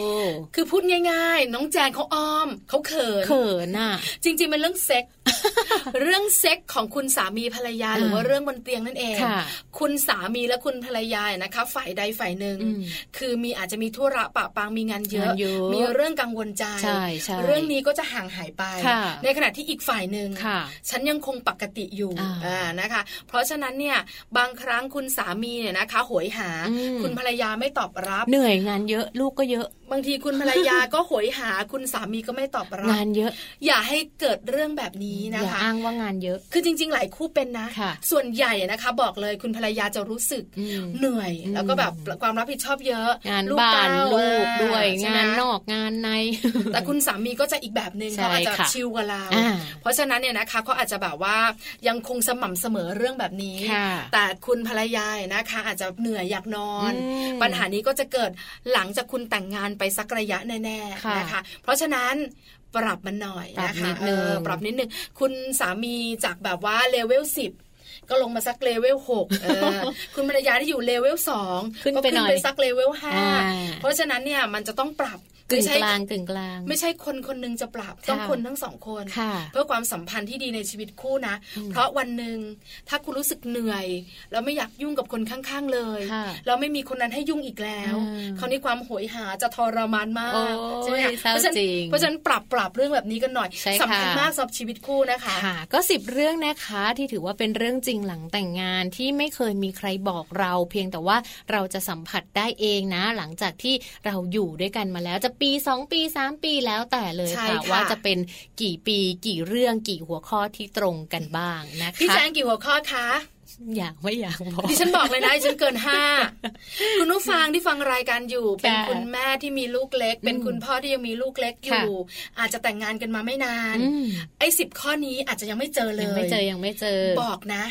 คือพูดง่าย ๆ น้องแจงเขาอ้อมเขาเขิน
เขินอ่ะ
จริงๆ มันเรื่องเซ็ก เรื่องเซ็กของคุณสามีภรรยาหรือว่าเรื่องบนเตียงนั่นเอง
ค่ะ
คุณสามีและคุณภรรยาเนี่ยนะคะ ฝ่ายใดฝ่ายหนึ่ง
อืม
คือมีอาจจะมีธุระปะปางมีงานเยอะ
งานเยอะ
มีเรื่องกังวลใจ
ใช่ใช่
เรื่องนี้ก็จะห่างหายไป
ค่ะ
ในขณะที่อีกฝ่ายหนึ่ง
ค่ะ
ฉันยังคงปกติอยู่
อ่า
อ่านะคะ เพราะฉะนั้นเนี่ยบางครั้งคุณสามีเนี่ยนะคะโหยหา
อืม
คุณภรรยาไม่ตอบรับ
เหนื่อยงานเยอะลูกก็เยอะ
บางทีคุณภรรยาก็โหยหา คุณสามีก็ไม่ตอบรับ
งานเยอะ
อย่าให้เกิดเรื่องแบบนี้นะ
อย่า
คะ
อ้างว่างานเยอะ
คือจริง ๆ หลายคู่เป็นนะ
ค่ะ
ส่วนใหญ่นะคะ บอกเลยคุณภรรยาจะรู้สึก
อืม
เหนื่อย
อืม
แล้วก็แบบความรับผิดชอบเยอะ
งานบ้าน
เต้
ลูก
อ่ะ
ด้วย
ใช่ไหม
งานนอกงานใน
แต่คุณสามีก็จะอีกแบบหนึ่ง
ใช่
เขาอาจจะ
ค่ะ
ชิลกว่าเรา
อ่า
เพราะฉะนั้นเนี่ยนะคะเขาอาจจะแบบว่ายังคงสม่ำเสมอเรื่องแบบนี้
ค่ะ
แต่คุณภรรยาเนี่ยนะคะ อาจจะเหนื่อยอยากนอน
อืม
ปัญหานี้ก็จะเกิดหลังจากคุณแต่งงานไปสักระยะแน่ๆนะคะ
ค่ะ
เพราะฉะนั้นปรับมันหน่อย
ปรับ
นะคะ
นิดนึง
เออปรับ นิดนึงคุณสามีจากแบบว่าเลเวลสิบก็ลงมาสักเลเวลหกเอ อ คุณภรรยาที่อยู่เลเวลสอง
ขึ้น
ก็
ไป
ขึ้
ห
น
น่อย
ไปสักเลเวลห้า
อ่า
เพราะฉะนั้นเนี่ยมันจะต้องปรับ
กึ่
ไม่
ง
ใช่
กลางกึ่งกลาง
ไม่ใช่คนคนหนึงจะปรับ ต้อง
ค่ะ
คนทั้งสองคน
ค่ะ
เพื่อความสัมพันธ์ที่ดีในชีวิตคู่นะ เพราะวันหนึ่งถ้าคุณรู้สึกเหนื่อย แล้วไม่อยากยุ่งกับคนข้างๆเลย
ค่ะ
แล้วไม่มีคนนั้นให้ยุ่งอีกแล้ว
อ่า
คราวนี้ความโหยหาจะทรมานมาก
โอ้ย
ใช่ไหมคะ
เศร้า
เพราะฉะนั้น
จริง
เพราะฉะนั้นปรับปรับเรื่องแบบนี้กันหน่อย
ใช่ค่ะ
สำคัญมากสำหรับชีวิตคู่นะคะ
ค่ะ ก็สิบเรื่องนะคะที่ถือว่าเป็นเรื่องจริงหลังแต่งงานที่ไม่เคยมีใครบอกเรา เพียงแต่ว่าเราจะสัมผัสได้เองนะ หลังจากที่เราอยู่ด้วยกันมาแล้วจะปี 2 ปี 3 ปีแล้วแต่เลย
ใช่
ค่ะ
ค่ะ
ว่าจะเป็นกี่ปีกี่เรื่องกี่หัวข้อที่ตรงกันบ้างนะคะ
พี่แจงกี่หัวข้อคะ
อยากไม่อยากบอก
ดิฉันบอกเลยนะดิฉันเกินห้าคุณผู้ฟังที่ฟังรายการอยู่ เป็น
ค่ะ
คุณแม่ที่มีลูกเล็ก เป็นคุณพ่อที่ยังมีลูกเล็กอ
ค่ะ
ยู่ อาจจะแต่งงานกันมาไม่นาน
อืม
ไอ้สิบข้อนี้อาจจะยังไม่เจอเล
ยัง
ย
ไม่เจอยังไม่เจอ
บอกนะ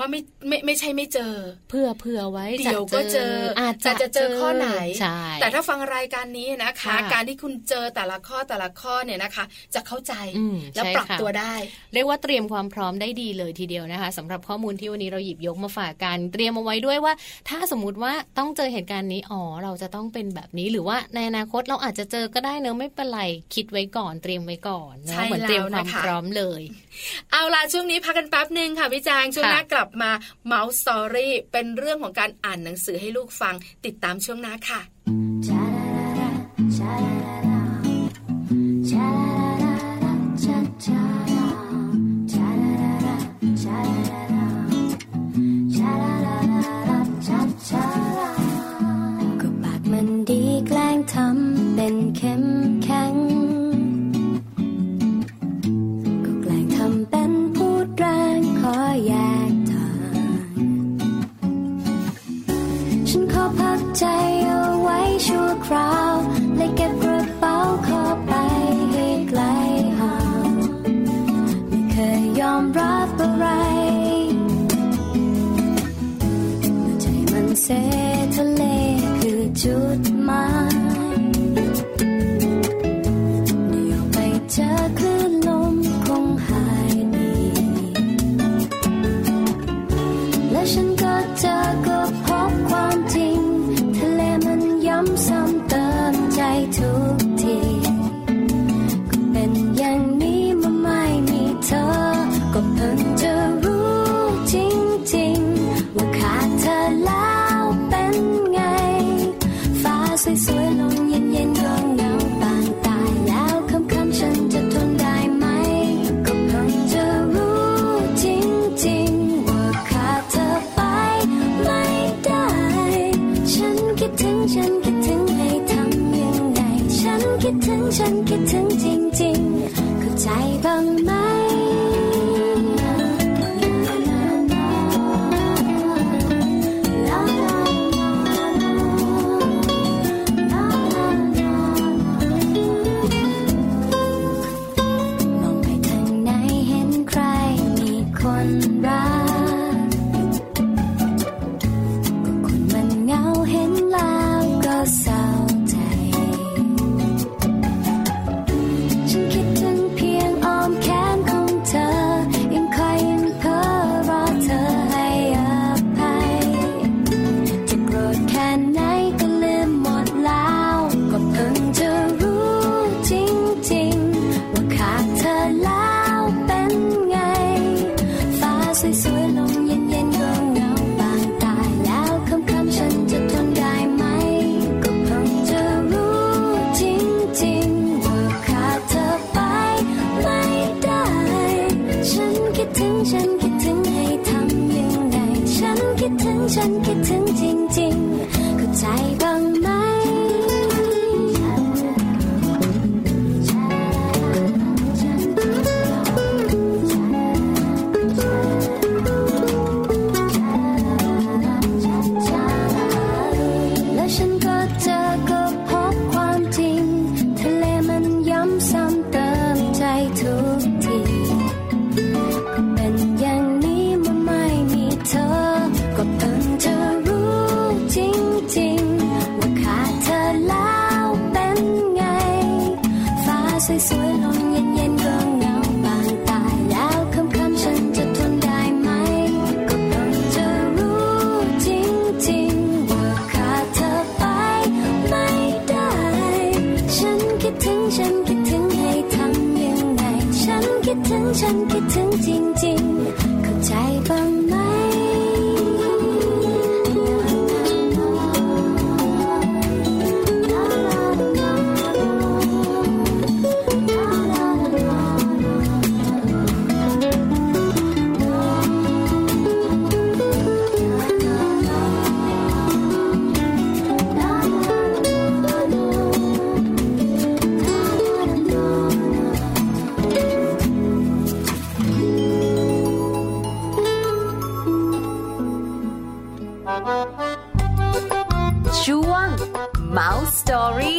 ว่าไม่ไม่ไม่ใช่ไม่เจอ
เพื่อเพื่อไว้
เดี๋ยวก็
จะ
เจออา
จจะ
จะเจอข้อไหน
ใช่
แต่ถ้าฟังรายการนี้นะคะ
ค่ะ
การที่คุณเจอแต่ละข้อแต่ละข้อเนี่ยนะคะ จะเข้าใจ
อืม
แล้ว
ใช่
ปรับ
ค่ะ
ตัวได้
เรียกว่าเตรียมความพร้อมได้ดีเลยทีเดียวนะคะสำหรับข้อมูลที่วันนี้เราหยิบยกมาฝากกันเตรียมเอาไว้ด้วยว่า ถ้าสมมติว่าต้องเจอเหตุการณ์นี้อ๋อเราจะต้องเป็นแบบนี้ หรือว่าในอนาคตเราอาจจะเจอก็ได้เนอะไม่เป็นไรคิดไว้ก่อนเตรียมไว้ก่อนเนอะเหมือนเตรียมความพร้อมเลย
เอาล่ะช่วงนี้พักกันแป๊บหนึ่งค่ะพี่แจางช่วง
ค่ะ
หน้ากลับมาเมาส์สตอรี่เป็นเรื่องของการอ่านหนังสือให้ลูกฟังติดตามช่วงหน้าค่ะ
ก็ปากมันดีแกล้งทำเป็นเข้มแข็ง ก็แกล้งทำเป็นพูดแรงขอแยกทาง ฉันขอพักใจเอาไว้ชั่วคราวและเก็บกระเป๋าขอไปให้ไกลห่างไม่เคยยอมรับอะไรหัวใจมันเสทะเลคือจุดหมายเดี๋ยวไปเจอคลื่นลมคงหายดี และฉันก็เจอก็พบความจริง ทะเลมันย้ำซ้ำเติมใจทุกที ก็เป็นอย่างนี้มาไม่มีเธอ ก็เพิ่งจะรู้จริงๆ ว่าขาดเธอแล้วเป็นไง ฟ้าสวยๆลมเย็นๆก็เหงาปางตายแล้วค่ำๆฉันจะทนได้ไหม ก็เพิ่งจะรู้จริงๆ ว่าขาดเธอไปไม่ได้ ฉันคิดถึงฉันคิดถึงให้ทำยังไง ฉันคิดถึงฉันคิดถึงจริงๆ เข้าใจบ้างไหม มองไปทางไหนเห็นใครมีคนรัก ก็คนมันเหงาเห็นแล้วก็เศร้าใจ ฉันคิดถึงเพียงอ้อมแขนของเธอ ยังคอยยังเพ้อรอเธอให้อภัย จะโกรธแค่ไหนก็ลืมหมดแล้ว ก็เพิ่งจะรู้จริงๆ ว่าขาดเธอแล้วเป็นไง ฟ้าสวยๆลมเย็นๆก็เหงาบางตายแล้วค่ำๆฉันจะทนได้ไหม ก็เพิ่งจะรู้จริงๆ ว่าขาดเธอไปไม่ได้ ฉันคิดถึงฉันคิดถึงให้ทำยังไง ฉันคิดถึงฉันคิดถึงจริงๆ เข้าใจบ้างไหม แล้วฉันก็เจอก็พบความจริง ทะเลมันย้ำซ้ำเติมใจทุกที เป็นอย่างนี้มาไม่มีเธอ ก็เพิ่งจะรู้จริงๆ ว่าขาดเธอแล้วเป็นไง ฟ้าสวยๆลมเย็นๆก็เหงาบางตายแล้วค่ำๆฉันจะทนได้ไหม ก็เพิ่งจะรู้จริงๆ ว่าขาดเธอไปไม่ได้ ฉันคิดถึงฉันคิดถึงให้ทำยังไง ฉันคิดถึงฉันคิดถึงจริงๆ เข้าใจบ้างไหม ฉัน Story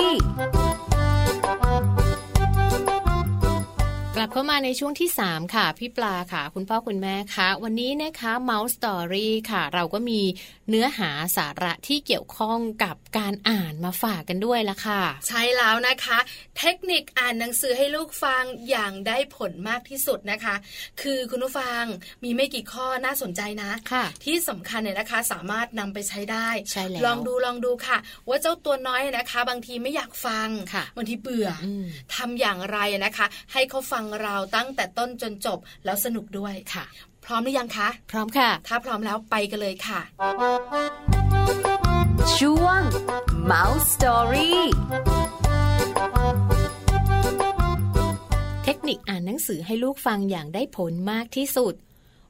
กลับเข้ามาในช่วงที่ 3 ค่ะ พี่ปลาค่ะ คุณพ่อคุณแม่คะวันนี้นะคะ Mouse Story ค่ะ เราก็มีเนื้อหาสาระที่เกี่ยวข้องกับการอ่านมาฝากกันด้วยละค่ะ
ใช่แล้วนะคะ เทคนิคอ่านหนังสือให้ลูกฟังอย่างได้ผลมากที่สุดนะคะ คือคุณผู้ฟังมีไม่กี่ข้อน่าสนใจนะ
ค่ะ
ที่สำคัญเนี่ยนะคะสามารถนำไปใช้ได้
ใช่แล้ว
ลองดูลองดูค่ะ ว่าเจ้าตัวน้อยนะคะ บางทีไม่อยากฟัง
ค่ะ
บางทีเบื่ออ
อืม
ทำอย่างไรนะคะ ให้เขาฟังเราตั้งแต่ต้นจนจบแล้วสนุกด้วย
ค่ะ
พร้อมหรือยังคะ
พร้อมค่ะ
ถ้าพร้อมแล้วไปกันเลยค่ะ
ช่วง Mouse Story
เทคนิคอ่านหนังสือให้ลูกฟังอย่างได้ผลมากที่สุด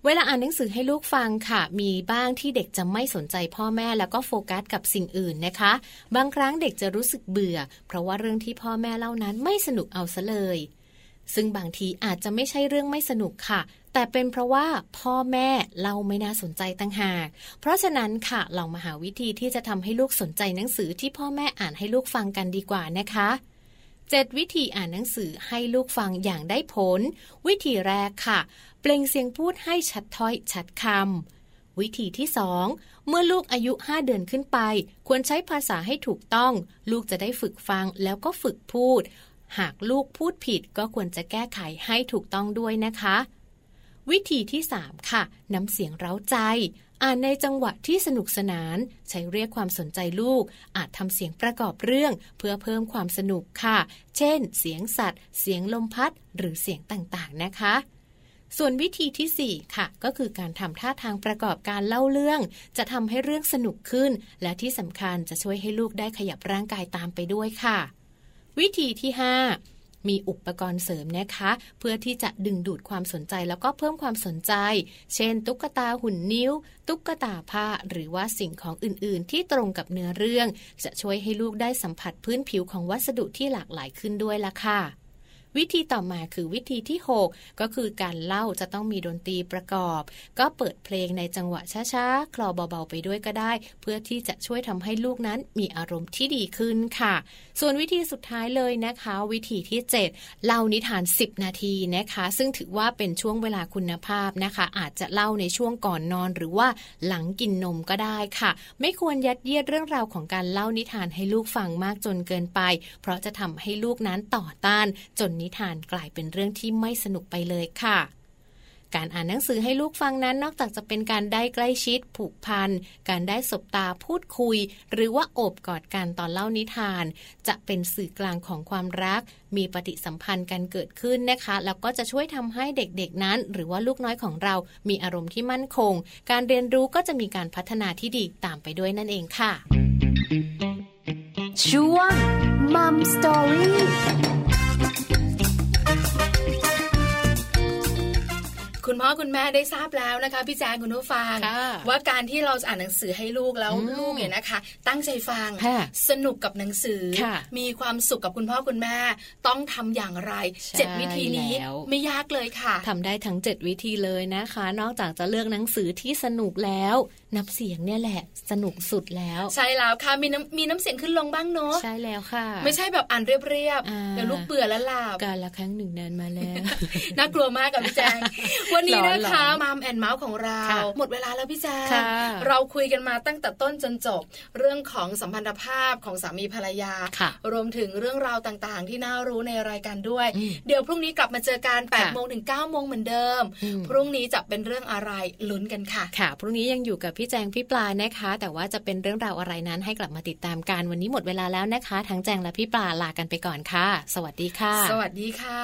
เวลาอ่านหนังสือให้ลูกฟังค่ะ มีบ้างที่เด็กจะไม่สนใจพ่อแม่แล้วก็โฟกัสกับสิ่งอื่นนะคะ บางครั้งเด็กจะรู้สึกเบื่อ เพราะว่าเรื่องที่พ่อแม่เล่านั้นไม่สนุกเอาซะเลย ซึ่งบางทีอาจจะไม่ใช่เรื่องไม่สนุกค่ะ แต่เป็นเพราะว่าพ่อแม่เล่าไม่น่าสนใจต่างหาก เพราะฉะนั้นค่ะเรามาหาวิธีที่จะทำให้ลูกสนใจหนังสือที่พ่อแม่อ่านให้ลูกฟังกันดีกว่านะคะ 7 วิธีอ่านหนังสือให้ลูกฟังอย่างได้ผล วิธีแรกค่ะ เปล่งเสียงพูดให้ชัดถ้อยชัดคำวิธีที่ 2 เมื่อลูกอายุ 5 เดือนขึ้นไป ควรใช้ภาษาให้ถูกต้อง ลูกจะได้ฝึกฟังแล้วก็ฝึกพูด หากลูกพูดผิดก็ควรจะแก้ไขให้ถูกต้องด้วยนะคะ วิธีที่ 3 ค่ะน้ำเสียงเร้าใจ อ่านในจังหวะที่สนุกสนาน ใช้เรียกความสนใจลูก อาจทำเสียงประกอบเรื่อง เพื่อเพิ่มความสนุกค่ะ เช่น เสียงสัตว์ เสียงลมพัด หรือเสียงต่างๆนะคะ ส่วนวิธีทีสี่ 4 ค่ะ ก็คือการทำท่าทางประกอบการเล่าเรื่อง จะทำให้เรื่องสนุกขึ้น และที่สำคัญจะช่วยให้ลูกได้ขยับร่างกายตามไปด้วยค่ะ วิธีที่ 5 มีอุปกรณ์เสริมนะคะ เพื่อที่จะดึงดูดความสนใจแล้วก็เพิ่มความสนใจ เช่น ตุ๊กตาหุ่นนิ้ว ตุ๊กตาผ้า หรือว่าสิ่งของอื่นๆ ที่ตรงกับเนื้อเรื่อง จะช่วยให้ลูกได้สัมผัสพื้นผิวของวัสดุที่หลากหลายขึ้นด้วยล่ะค่ะ วิธีต่อมาคือวิธีที่ 6 ก็คือการเล่าจะต้องมีดนตรีประกอบ ก็เปิดเพลงในจังหวะช้าๆ คลอเบาๆไปด้วยก็ได้ เพื่อที่จะช่วยทำให้ลูกนั้นมีอารมณ์ที่ดีขึ้นค่ะ ส่วนวิธีสุดท้ายเลยนะคะ วิธีที่ 7 เล่านิทาน 10 นาทีนะคะ ซึ่งถือว่าเป็นช่วงเวลาคุณภาพนะคะ อาจจะเล่าในช่วงก่อนนอน หรือว่าหลังกินนมก็ได้ค่ะ ไม่ควรยัดเยียดเรื่องราวของการเล่านิทานให้ลูกฟังมากจนเกินไป เพราะจะทำให้ลูกนั้นต่อต้าน จนนิทานกลายเป็นเรื่องที่ไม่สนุกไปเลยค่ะ การอ่านหนังสือให้ลูกฟังนั้นนอกจากจะเป็นการได้ใกล้ชิด ผูกพัน การได้สบตาพูดคุย หรือว่าโอบกอดกันตอนเล่านิทาน จะเป็นสื่อกลางของความรัก มีปฏิสัมพันธ์กันเกิดขึ้นนะคะ แล้วก็จะช่วยทำให้เด็กๆนั้น หรือว่าลูกน้อยของเรา มีอารมณ์ที่มั่นคง การเรียนรู้ก็จะมีการพัฒนาที่ดีตามไปด้วยนั่นเองค่ะ
ช่วง Mom Story
คุณพ่อคุณแม่ได้ทราบแล้วนะคะพี่แจงคุณผู้ฟัง
ค่ะ
ว่าการที่เราจะอ่านหนังสือให้ลูกแล้ว
อืม
ลูกเนี่ยนะคะ ตั้งใจฟัง
ค่ะ
สนุกกับหนังสือ
ค่ะ
มีความสุขกับคุณพ่อคุณแม่ ต้องทำอย่างไร
ใช่
เจ็ดวิธีนี้
แล้ว
ไม่ยากเลยค่ะ
ทำได้ทั้ง 7 วิธีเลยนะคะ นอกจากจะเลือกหนังสือที่สนุกแล้ว นับเสียงเนี่ยแหละ สนุกสุดแล้ว
ใช่แล้วค่ะมีน้ำมีน้ำเสียงขึ้นลงบ้างเนอะ
ใช่แล้วค่ะ
ไม่ใช่แบบอ่านเรียบ
อ่า
ๆเดี๋ยวลูกเบื่อแล้วหลับ
การละครั้งหนึ่งนานมาแล้ว
น่ากลัวมากกับพี่แจง วันนี้
หลอนๆ
นะคะมัมแอนเมาส์ของเรา
ค่ะ
หมดเวลาแล้วพี่แจง
ค่ะ
เราคุยกันมาตั้งแต่ต้นจนจบ เรื่องของสัมพันธภาพของสามีภรรยา
ค่ะ
รวมถึงเรื่องราวต่างๆ ที่น่ารู้ในรายการด้วย
อืม
เดี๋ยวพรุ่งนี้กลับมาเจอกัน8ปด
ค่ะ
โมงถึง9ก้าโมงเหมือนเดิม
อืม
พรุ่งนี้จะเป็นเรื่องอะไรลุ้นกันค่ะ
ค่ะ พรุ่งนี้ยังอยู่กับพี่แจงพี่ปลานะคะ แต่ว่าจะเป็นเรื่องราวอะไรนั้นให้กลับมาติดตามกัน วันนี้หมดเวลาแล้วนะคะ ทั้งแจงและพี่ปลาลากันไปก่อนค่ะ สวัสดีค่ะ
สวัสดีค่ะ